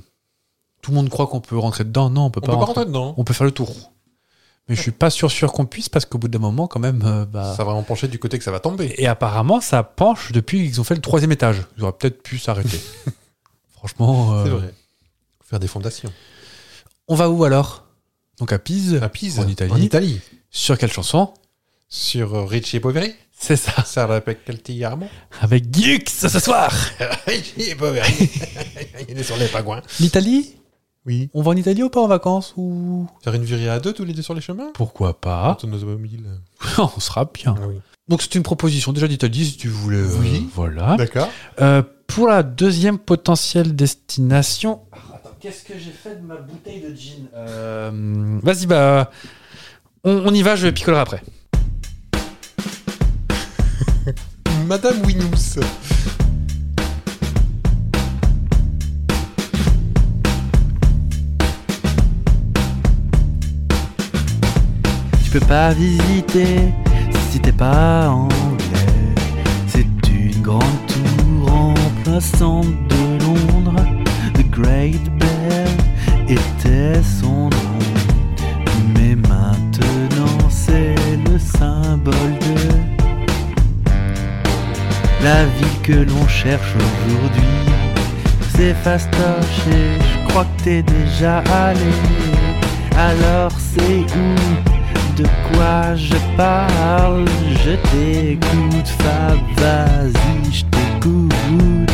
Tout le monde croit qu'on peut rentrer dedans. Non, on peut On pas peut pas rentrer. rentrer dedans. hein. On peut faire le tour. Mais je suis pas sûr sûr qu'on puisse parce qu'au bout d'un moment, quand même, euh, bah. Ça va en pencher du côté que ça va tomber. Et apparemment, ça penche depuis qu'ils ont fait le troisième étage. Ils auraient peut-être pu s'arrêter. Franchement. euh, C'est vrai. Faut faire des fondations. On va où alors Donc à Pise. À Pise, Euh, En Italie. En Italie. Sur quelle chanson Sur euh, Ricci et Poveri. C'est ça. Ça rappelle Caltigliarmo. Avec Guillux ce soir Ricci et Poveri. Il est sur les pagouins. L'Italie Oui. On va en Italie ou pas en vacances ou... Faire une virée à deux tous les deux sur les chemins. Pourquoi pas Dans ton automobile. On sera bien. Ah oui. Donc c'est une proposition déjà d'Italie si tu voulais. euh, Oui. Voilà. D'accord. Euh, pour la deuxième potentielle destination. Qu'est-ce que j'ai fait de ma bouteille de gin Vas-y, bah. On, on y va, je vais picoler après. Madame Winous. Tu peux pas visiter si t'es pas anglais. C'est une grande tour en plein centre de Londres. The Great Bell était son nom. Mais maintenant c'est le symbole de la ville que l'on cherche aujourd'hui. C'est fastoche et je crois que t'es déjà allé. Alors c'est où De quoi je parle Je t'écoute, Fab, vas-y, je t'écoute.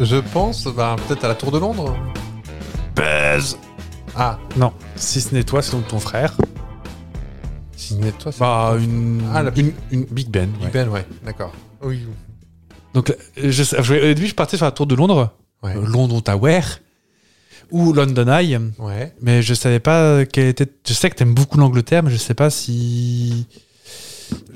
Je pense bah, peut-être à la Tour de Londres. Baise Ah, Non, si ce n'est toi, c'est donc ton frère. signé toi. c'est- Bah, une. Ah, la- une, une Big Ben. Big ouais. Ben, ouais. D'accord. Oui. Donc, euh, je, sais- je- au début, je partais sur la tour de Londres, Ouais. euh, London Tower, ou London Eye, Ouais. mais je savais pas quelle était. Je sais que t'aimes beaucoup l'Angleterre, mais je sais pas si.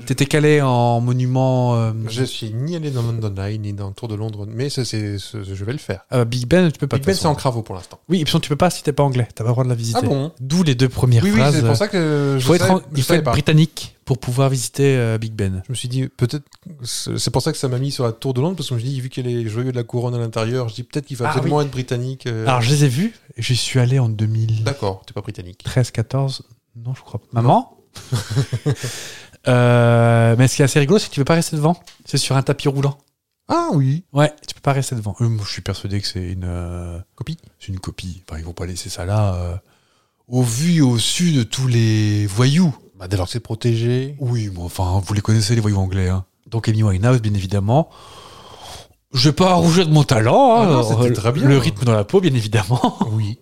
T'étais calé en monument. euh, Je suis ni allé dans London Eye ni dans le Tour de Londres, mais ça, c'est, ce- je vais le faire. ah, Big Ben, tu peux pas. Big de Ben, toute c'est en façon. craveau pour l'instant. Oui, et puis sinon, tu peux pas si t'es pas anglais, t'as pas le droit de la visiter. Ah bon D'où les deux premières Oui, oui, phrases. c'est pour ça que Il je, faut être, savais- en- je il faut savais être pas. britannique pour pouvoir visiter euh, Big Ben. Je me suis dit, peut-être, c'est c'est pour ça que ça m'a mis sur la Tour de Londres, parce que je me suis dit, vu qu'il y a les joyeux de la couronne à l'intérieur, je dis peut-être qu'il faut Ah, absolument être britannique. euh, Alors, je les ai vus, et j'y suis allé en 2000. D'accord, t'es pas britannique. 13, 14, non, je crois pas. Maman Euh, Mais ce qui est assez rigolo, c'est que tu peux pas rester devant. C'est sur un tapis roulant. Ah oui. Ouais, tu peux pas rester devant. Euh, moi, je suis persuadé que c'est une euh, Copie. C'est une copie. Enfin, ils vont pas laisser ça là. euh, au vu et au su de tous les voyous. Bah, dès lors que c'est protégé. Oui, mais enfin, vous les connaissez les voyous anglais. hein. Donc Amy Winehouse, bien évidemment. Je vais pas rougir de mon talent. Ah non, hein. c'était le, très bien. le rythme dans la peau, bien évidemment. Oui.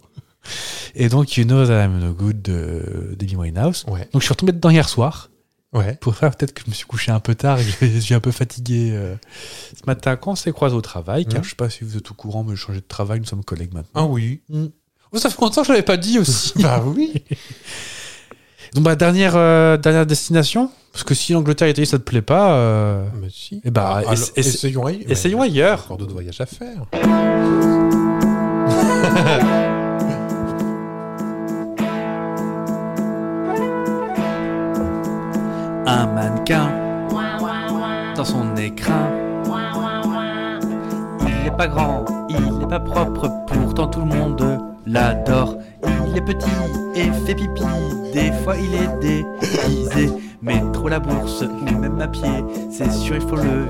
Et donc, You Know That I'm No Good de- d'Amy Winehouse. Ouais. Donc je suis retombé dedans hier soir. Pour ça, peut-être que je me suis couché un peu tard et que je suis un peu fatigué euh, ce matin. Quand on s'est croisé au travail, car Mhm. je sais pas si vous êtes au courant, mais j'ai changé de travail, nous sommes collègues maintenant. Ah oui. Oh, ça fait longtemps que je l'avais pas dit aussi. bah oui. Donc, bah, dernière, euh, dernière destination. Parce que si l'Angleterre et l'Italie, ça te plaît pas. euh, Ah, eh bah, Alors, essa- essa- essayons ailleurs. essayons ailleurs. Encore d'autres voyages à faire. Un mannequin dans son écrin. Il n'est pas grand, il n'est pas propre, pourtant tout le monde l'adore. Il est petit et fait pipi, des fois il est déguisé, mais trop la bourse ou même à pied, c'est sûr il faut le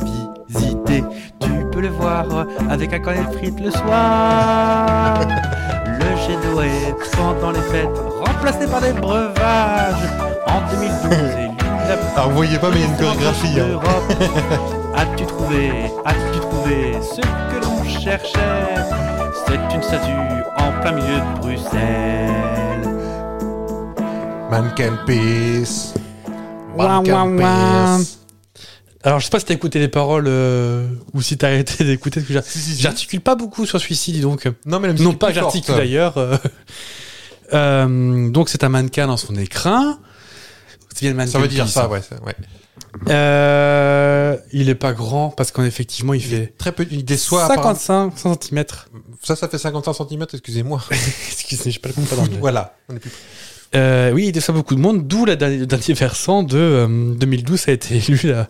visiter. Tu peux le voir avec un cornet de frites le soir. Le jet d'eau est pendant les fêtes, remplacé par des breuvages. En 2012, élu la Alors, Ah, vous voyez pas, mais il y a une chorégraphie. hein. As-tu trouvé, as-tu trouvé ce que l'on cherchait C'est une statue en plein milieu de Bruxelles. Man can peace. Ouah, Man can ouah, ouah. peace. Alors, je sais pas si t'as écouté les paroles euh, ou si t'as arrêté d'écouter. parce que j'a- J'articule pas beaucoup sur celui-ci, dis donc. Non, mais la musique Non est pas que plus forte. j'articule d'ailleurs. euh. Euh, donc, c'est un mannequin dans son écrin. C'est bien le mannequin Ça veut dire qui, ça, ouais. ça, ouais. Euh, il est pas grand parce qu'effectivement, il fait Très peu, il déçoit. 55 cm. Ça, ça fait 55 cm, excusez-moi. Excusez, je parle pas d'anglais. Voilà, on est plus Euh, oui, il déçoit beaucoup de monde, d'où la dernière- le dernier versant de euh, 2012 ça a été élu la-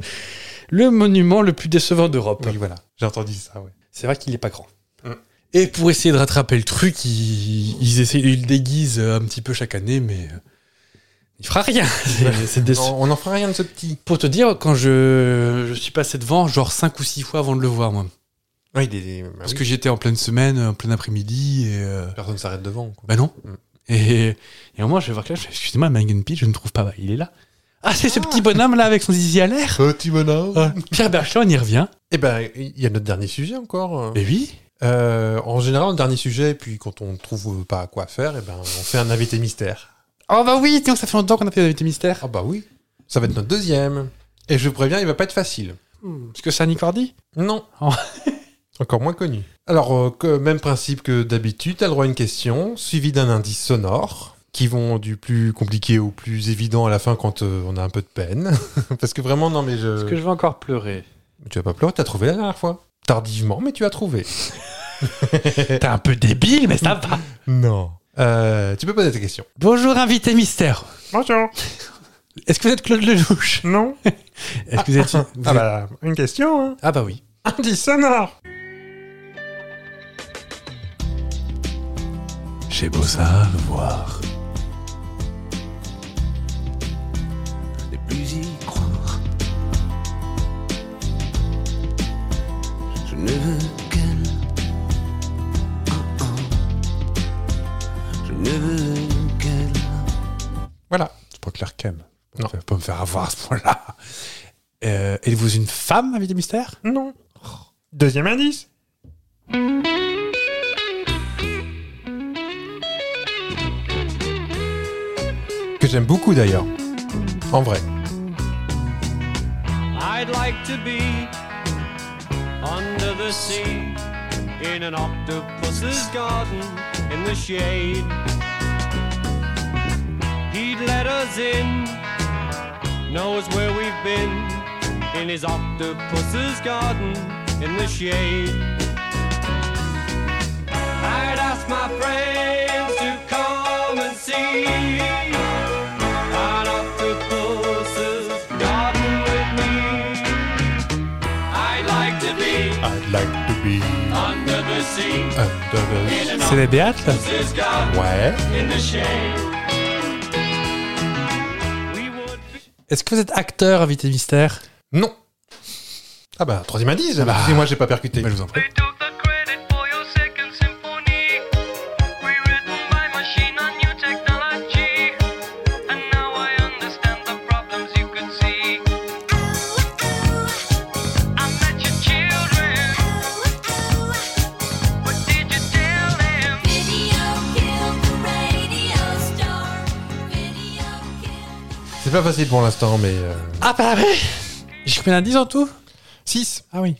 le monument le plus décevant d'Europe. Oui, voilà, j'ai entendu ça, ouais. C'est vrai qu'il est pas grand. Mm. Et pour essayer de rattraper le truc, ils, ils essaient, ils le déguisent un petit peu chaque année, mais euh, il fera rien. C'est- c'est déçu. On n'en fera rien de ce petit. Pour te dire, quand je, je suis passé devant, genre 5 ou 6 fois avant de le voir, moi. Ouais, il est- bah Parce oui, que j'étais en pleine semaine, en plein après-midi, et... euh, personne s'arrête devant. quoi. Bah non. Mm. Et, et au moment, je vais voir que là, je fais, excusez-moi, Mangan Pete, je ne trouve pas. Bah, il est là. Ah, c'est ce petit bonhomme là avec son zizi à l'air. Petit bonhomme. Ah, Pierre Berchon, on y revient. Eh ben, il y a notre dernier sujet encore. Mais oui. Euh, en général, le dernier sujet, puis quand on trouve pas quoi faire, eh ben, on fait un invité mystère. Oh bah oui, tiens, ça fait longtemps qu'on a fait l'invité mystère. Ah bah oui, ça va être notre deuxième. Et je vous préviens, il va pas être facile. Parce que c'est Annie Cordy. Non. Oh. Encore moins connu. Alors, euh, que- même principe que d'habitude, t'as le droit à une question, suivie d'un indice sonore, qui vont du plus compliqué au plus évident à la fin quand euh, on a un peu de peine. Parce que vraiment, non mais je... Parce que je vais encore pleurer. Tu vas pas pleurer, t'as trouvé la dernière fois. Tardivement, mais tu as trouvé. Eh. T'es un peu débile, mais ça va. non. Euh, tu peux poser ta question. Bonjour, invité mystère. Bonjour. Est-ce que vous êtes Claude Lelouch Non. Est-ce que vous êtes. vous êtes- Ah bah, une question, hein. Ah bah oui. Indice sonore. Chez Bossa, le voir. ne plus y croire. Je ne veux qu'elle. Oh, oh. Je ne veux qu'elle. Voilà. C'est pas Claire Kem. Non. Ça va pas me faire avoir à ce point-là. Euh, Êtes-vous une femme, invité mystère Non. Deuxième indice. Que j'aime beaucoup d'ailleurs. En vrai. I'd like to be under the sea in an octopus's garden in the shade. He'd let us in, knows where we've been in his octopus's garden in the shade. I'd ask my friends to come and see. An octopus's garden with me. I'd like to be I'd like to be under the sea under in an C'est les Béates, là octopus's garden the- Ouais. in the shade. We would be Est-ce que vous êtes acteur, invité mystère Non. Ah bah, troisième indice. Excusez-moi, j'ai pas percuté. Bah, je vous en prie. C'est pas facile pour l'instant, mais. euh, Ah bah ouais J'ai combien d'indices en tout 6 Ah oui.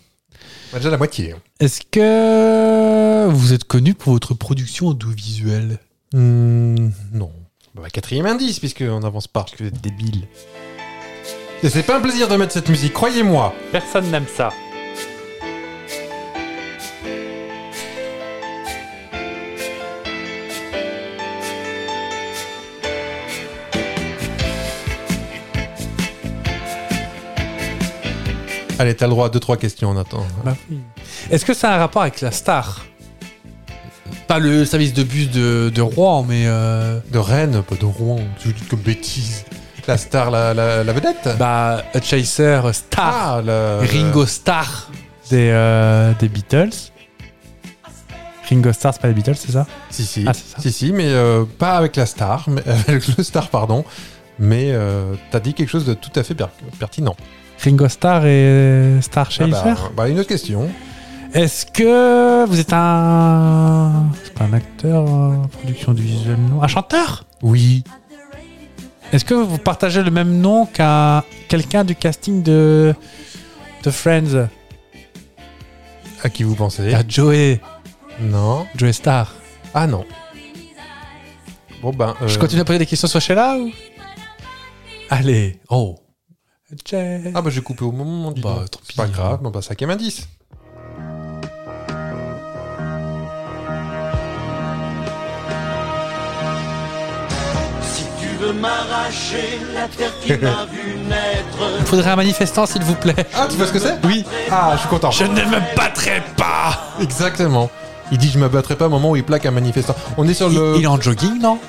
on a déjà la moitié. hein. Est-ce que vous êtes connu pour votre production audiovisuelle Hmm, non. Bah, quatrième indice, puisqu'on n'avance pas, parce que vous êtes débile. Et c'est pas un plaisir de mettre cette musique, croyez-moi. Personne n'aime ça. Allez, t'as le droit à 2-3 questions en attendant. Bah Est-ce que ça a un rapport avec la star Pas le service de bus de, de Rouen, mais... euh, De Rennes, pas de Rouen. Je vous dis comme bêtise. La star, la, la, la vedette Bah, Chaser, star, Euh, Ah, la, Ringo Star des, euh, des Beatles. Ringo Starr, c'est pas les Beatles, c'est ça Si, si. Ah, c'est ça. Si, si, mais euh, pas avec la star, mais, avec le star, pardon. Mais euh, t'as dit quelque chose de tout à fait per- pertinent. Ringo Starr et Star Ah Chaser bah, bah, une autre question. Est-ce que vous êtes un. C'est pas un acteur, euh, production du visuel, non Un chanteur Oui. Est-ce que vous partagez le même nom qu'un quelqu'un du casting de, de Friends À qui vous pensez Il y a Ah, Joey, Non. Joey Star. Ah non. Bon ben. euh, Je continue à poser des questions sur Sheila ou Allez, oh. Ah bah j'ai coupé au moment du. Bah, tant c'est pas pis. grave. Bon bah cinquième indice. Si tu veux m'arracher la terre qui m'a vu Il naître, faudrait un manifestant, s'il vous plaît. Ah tu vois ce que c'est Oui. Ah je suis content. Je ne me battrai pas Exactement. Il dit je me battrai pas au moment où il plaque un manifestant. On est sur il, le, il est en jogging, non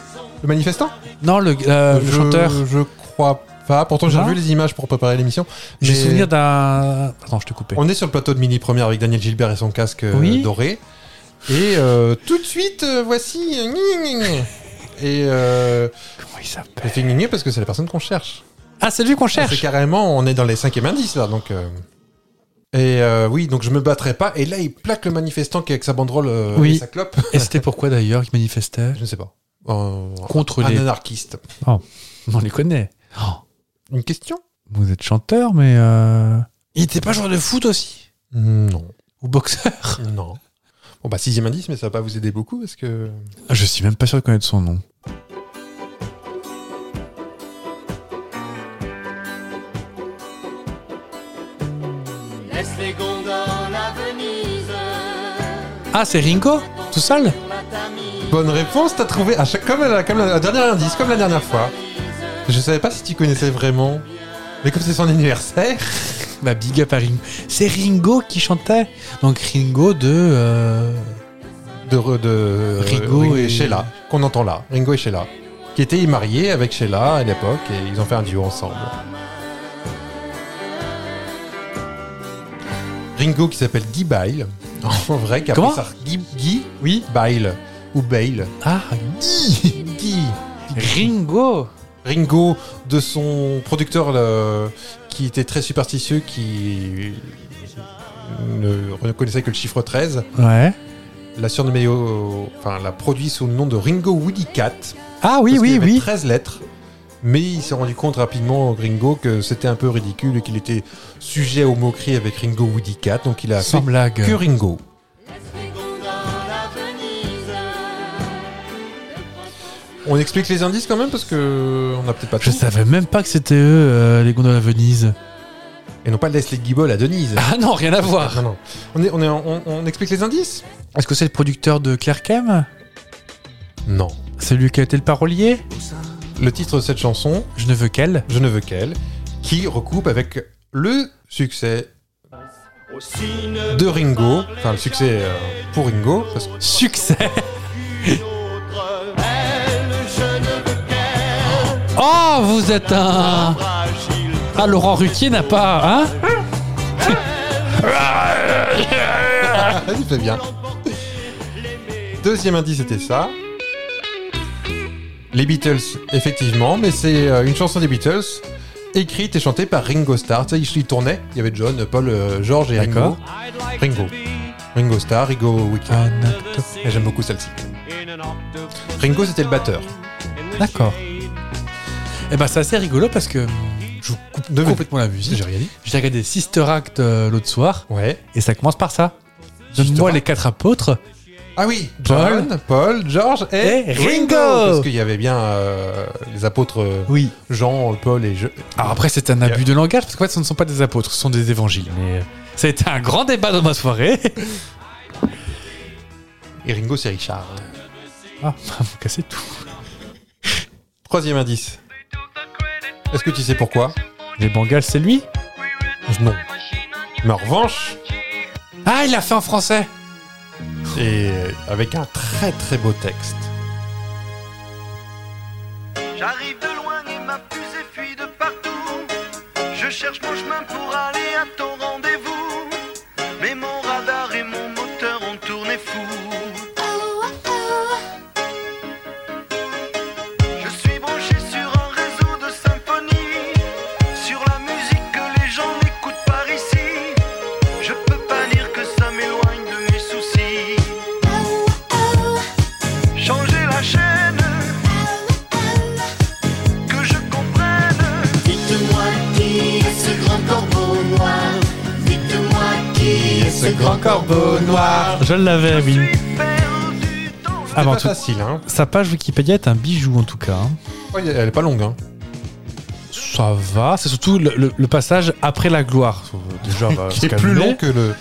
le manifestant Non, le, euh, le Je- chanteur. Je crois pas. Pourtant j'ai Non. revu les images pour préparer l'émission. J'ai mais- souvenir d'un. Attends, je t'ai coupé. On est sur le plateau de Mini Première avec Daniel Gilbert et son casque euh, Oui. doré. Et euh, tout de suite, euh, voici. Et euh, Comment il s'appelle j'ai fait gna gna parce que c'est la personne qu'on cherche. Ah, c'est lui qu'on cherche C'est carrément, on est dans les cinquièmes indices là, donc. euh, Et euh, oui, donc je me battrai pas. Et là, il plaque le manifestant qui est avec sa banderole euh, Oui. et sa clope. Et c'était pourquoi d'ailleurs qu'il manifestait Je ne sais pas. Euh, Contre un les. anarchiste. On les connaît. Oh, Une question vous êtes chanteur, mais. euh, Il était pas joueur de foot aussi Non. Ou boxeur Non. Bon bah sixième indice, mais ça va pas vous aider beaucoup parce que. Ah, Je suis même pas sûr de connaître son nom. laisse les gonds dans la Venise. Ah, c'est Ringo Tout seul Bonne réponse, t'as trouvé à chaque comme la, comme la- la dernière indice, comme la dernière fois. Je savais pas si tu connaissais vraiment, mais comme c'est son anniversaire, Bah, big up à Ringo. C'est Ringo qui chantait Donc Ringo de. euh, de, re- de Ringo et- Sheila qu'on entend là, Ringo et Sheila, qui étaient mariés avec Sheila à l'époque et ils ont fait un duo ensemble. Ringo qui s'appelle Guy Bile, en vrai, qui a Comment pris sa- Guy, Guy oui. Bile ou Bale. Ah, Guy, Guy. Ringo Ringo de son producteur là, qui était très superstitieux, qui ne reconnaissait que le chiffre 13, Ouais. l'a surnommé, au- enfin l'a produit sous le nom de Ringo Woody Cat. Ah parce oui, qu'il y oui, avait oui. 13 lettres. Mais il s'est rendu compte rapidement, Ringo, que c'était un peu ridicule et qu'il était sujet aux moqueries avec Ringo Woody Cat, donc il a Sans fait blague. que Ringo. On explique les indices quand même parce que on n'a peut-être pas Je tout. savais même pas que c'était eux, euh, les gondoles à Venise. Et non pas Leslie Gibol à Denise. Ah non, rien à voir. Non, non. On, est, on, est, on, on explique les indices Est-ce que c'est le producteur de Claire Kem Non. C'est lui qui a été le parolier Le titre de cette chanson, Je ne veux qu'elle. Je ne veux qu'elle, qui recoupe avec le succès de Ringo, enfin le succès euh, pour Ringo, parce que Succès Oh, vous êtes un... Ah, Laurent Ruquier n'a pas... Hein il fait bien. Deuxième indice, c'était ça. Les Beatles, effectivement, mais c'est euh, une chanson des Beatles écrite et chantée par Ringo Starr. Tu sais, ils- ils tournaient, il y avait John, Paul, euh, George et Ringo. D'accord. Ringo. Ringo Starr, Ringo Weekend. Et j'aime beaucoup celle-ci. Ringo, c'était le batteur. D'accord. Et ben c'est assez rigolo parce que je vous coupe complètement la musique. J'ai rien dit. J'ai regardé Sister Act euh, l'autre soir. Ouais. Et ça commence par ça. Donne-moi les quatre apôtres. Ah oui, Paul. John, Paul, George et, Et Ringo. Parce qu'il y avait bien euh, les apôtres euh, Oui. Jean, Paul et je. Alors après, c'est un abus de langage parce qu'en fait, ce ne sont pas des apôtres, ce sont des évangiles. Mais euh, ça a été un grand débat dans ma soirée. Et Ringo, c'est Richard. Ah, vous cassez tout. Troisième indice. Est-ce que tu sais pourquoi Les Bengals, c'est lui Non. Mais en revanche, Ah, il l'a fait en français et avec un très très beau texte. J'arrive de loin et ma fusée fuit de partout. Je cherche mon chemin pour aller à ton rendez-vous. Mais mon radar et mon moteur ont tourné fou. Je suis branché sur un réseau de symphonie. Sur la musique que les gens n'écoutent pas ici. Je peux pas dire que ça m'éloigne de mes soucis. Changer la chaîne. que je comprenne. Dites-moi qui est ce grand corbeau noir. Dites-moi qui est ce grand corbeau noir. Je l'avais, oui. C'est Avant pas tout, facile, hein. sa page Wikipédia est un bijou en tout cas. hein. Ouais, Elle est pas longue, hein. Ça va, c'est surtout le, le- le passage après la gloire. euh, Déjà, on va Qui se est plus calmer. long que le.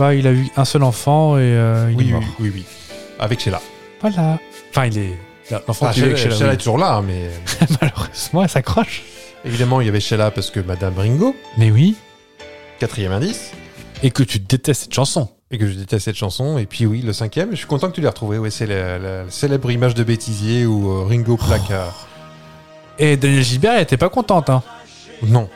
Bah, il a eu un seul enfant et euh, il est Oui, mort. oui, oui, oui. Avec Sheila. Voilà. Ah, Enfin, il est. L'enfant Enfin, qui vit Sheila, avec Sheila, Sheila est oui. toujours là, mais Malheureusement, elle s'accroche. évidemment, il y avait Sheila parce que Madame Ringo, Mais oui. quatrième indice, Et que tu détestes cette chanson. et que je déteste cette chanson. Et puis oui, le cinquième, je suis content que tu l'aies retrouvé. Ouais, c'est la, la- la célèbre image de bêtisier où euh, Ringo plaque à- Et Daniel Gilbert, elle était pas contente. Hein. Non.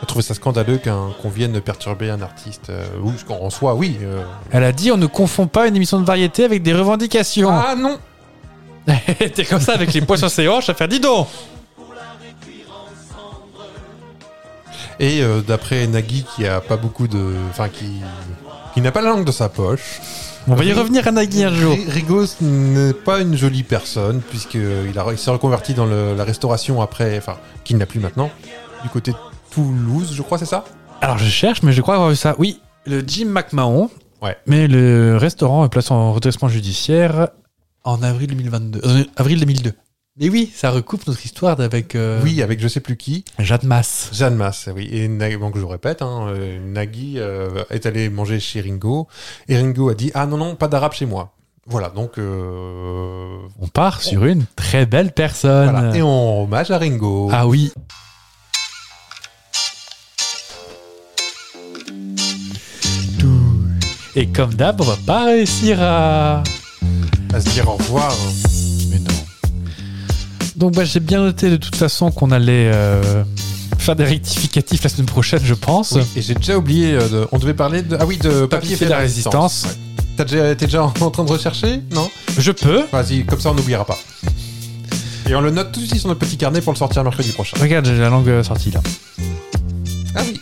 Je trouvé ça scandaleux qu'un- qu'on vienne perturber un artiste. euh, ou ce qu'en- en soi, oui. euh. Elle a dit on ne confond pas une émission de variété avec des revendications. Ah non Elle était comme ça avec les poils sur ses hanches à faire dis donc Et euh, d'après Nagui, qui a pas beaucoup de. Enfin, qui. qui n'a pas la langue dans sa poche. On va y revenir à Nagui un jour. Ri- Rigaud ce n'est pas une jolie personne, puisqu'il a- il s'est reconverti dans le- la restauration après. Enfin, qu'il n'a plus maintenant. Du côté de Toulouse, je crois, c'est ça Alors je cherche, mais je crois avoir vu ça. Oui, le Jim McMahon. Ouais. Mais le restaurant est placé en redressement judiciaire en avril 2022. euh, avril 2002. Mais oui, ça recoupe notre histoire d'avec euh, Oui, avec je sais plus qui. Jade Masse. Jeanne Masse, oui. Et Nagui- donc je répète, hein, euh, Nagui euh, est allé manger chez Ringo et Ringo a dit ah non non pas d'arabe chez moi. Voilà donc euh, On part sur une très belle personne. voilà et on rend hommage à Ringo. Ah oui. Tout. Et comme d'hab, on va pas réussir à. À se dire au revoir. hein. Mais non. Donc bah, j'ai bien noté de toute façon qu'on allait euh, faire des rectificatifs la semaine prochaine, je pense. Oui, et j'ai déjà oublié, euh, de- on devait parler de ah oui de Papier papier fait fait la résistance. Ouais. T'as déjà t'es déjà en train de rechercher non Je peux. Vas-y comme ça on n'oubliera pas. Et on le note tout de suite sur notre petit carnet pour le sortir mercredi prochain. Regarde, j'ai la langue euh, sortie là. Ah oui.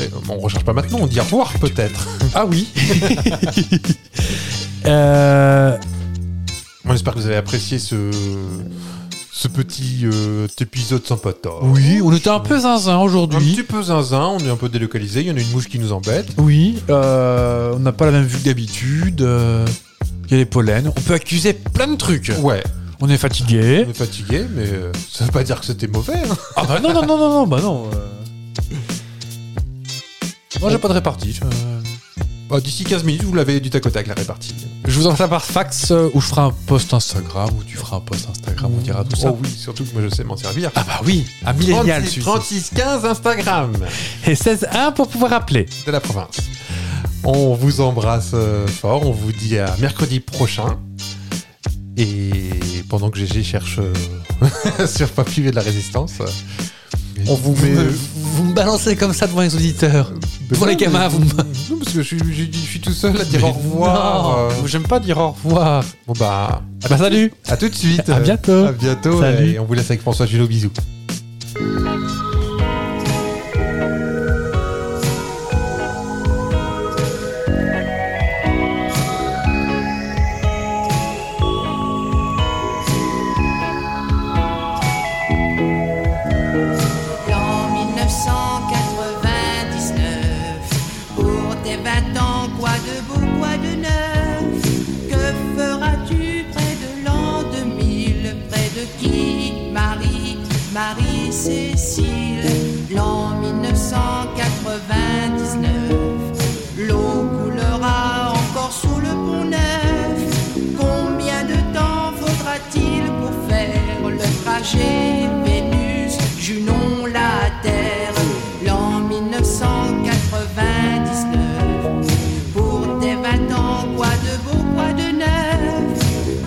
Et, euh, on recherche pas maintenant, on dit au revoir peut-être. Ah oui. Euh, On espère que vous avez apprécié ce, ce petit euh, épisode sympa. oui, on était un peu zinzin Un aujourd'hui. petit peu zinzin, on est un peu délocalisé, il y en a une mouche qui nous embête. Oui, euh, on n'a pas la même vue que d'habitude. euh, Il y a les pollens. On peut accuser plein de trucs. Ouais, On est fatigué. on est fatigué, mais euh, ça veut pas dire que c'était mauvais. hein. Ah bah non, non, non, non, non, bah non. euh. Moi j'ai pas de répartie. euh. Bah, D'ici 15 minutes, vous l'avez du tac au tac la répartie. Je vous envoie ça par fax euh, ou je ferai un post Instagram ou tu feras un post Instagram, on dira tout ça. Oh oui, surtout que moi je sais m'en servir. Ah bah oui, un millénial 36, celui-ci. 36-15 Instagram Et 16-1 pour pouvoir appeler. de la province. On vous embrasse euh, fort, on vous dit à mercredi prochain. Et pendant que GG cherche euh, sur papier de la résistance, euh, on vous met. me- vous me balancez comme ça devant les auditeurs. Mais Pour les non, mais- gamins, vous me- Non, parce que je, suis- je- je suis tout seul à dire Mais au revoir. non, euh. J'aime pas dire au revoir. Bon bah, Ah bah salut à tout de suite. À euh, bientôt. À bientôt. Salut. Et on vous laisse avec François Gillot. Bisous. Dites-moi Marie-Cécile, l'an 1999. L'eau coulera encore sous le pont neuf. Combien de temps faudra-t-il pour faire le trajet Vénus, Junon, la Terre, l'an 1999 Pour tes vingt ans, quoi de beau, quoi de neuf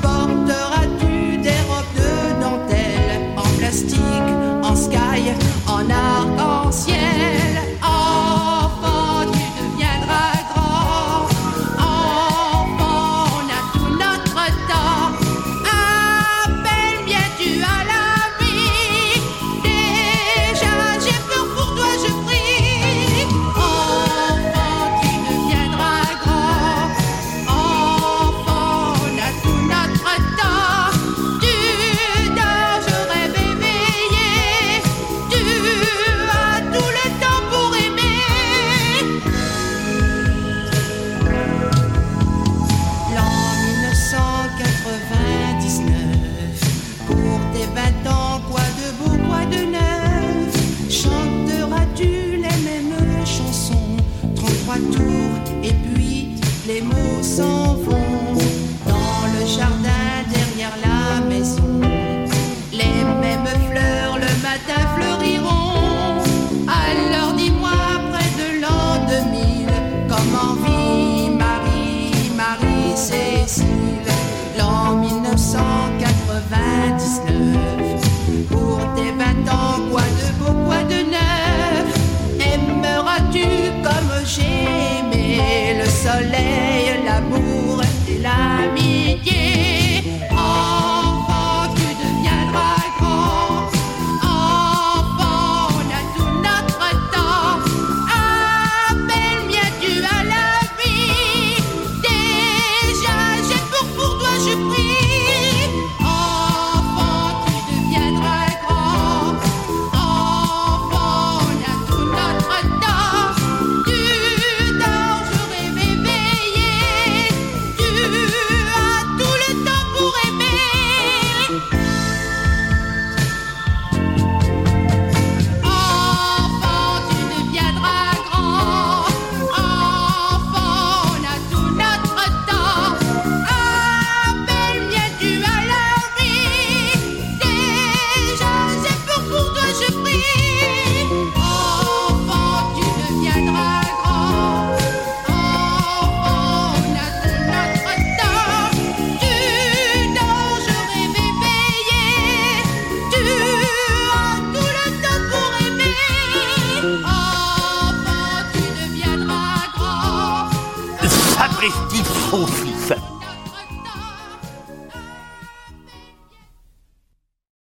Porteras-tu des robes de dentelle en plastique, en sky, en arc-en-ciel Enfant, tu deviendras grand. Enfant, on a tout notre temps. Appelle bien tu à la vie. Déjà, j'ai peur pour toi, je prie. Enfant, tu deviendras grand. Enfant, on a tout notre temps. Tu dors, je rêve éveillé. Tu as tout le temps pour aimer. L'an 1999, pour tes 20 ans, quoi de beau, quoi de neuf Chanteras-tu les mêmes chansons 33 tours, et puis les mots s'en vont. Dans le jardin, derrière la maison, les mêmes fleurs le matin fleuriront. Alors dis-moi, près de l'an 2000, comment vit Marie, Marie-Cécile, l'an 1999 Pour tes 20 ans, quoi de beau, quoi de neuf Aimeras-tu comme j'ai aimé le soleil, l'amour et l'amitié Enfant, tu deviendras grand. Enfant, on a tout notre temps. Appelle bien tu à la vie. Déjà, j'ai peur pour toi, je prie. Enfant, tu deviendras grand. Enfant, on a tout notre temps. Tu dors, je rêve éveillé. Tu as tout le temps pour aimer. Enfant, tu deviendras grand. Enfant, on a tout notre temps. Appelle bien tu à la vie. Déjà, j'ai peur pour toi, je prie. Enfant, tu deviendras grand. Enfant, on a tout notre temps. Tu dors, je rêve éveillé. Tu as tout le temps pour aimer. Enfant, tu deviendras grand. Sapristi, faux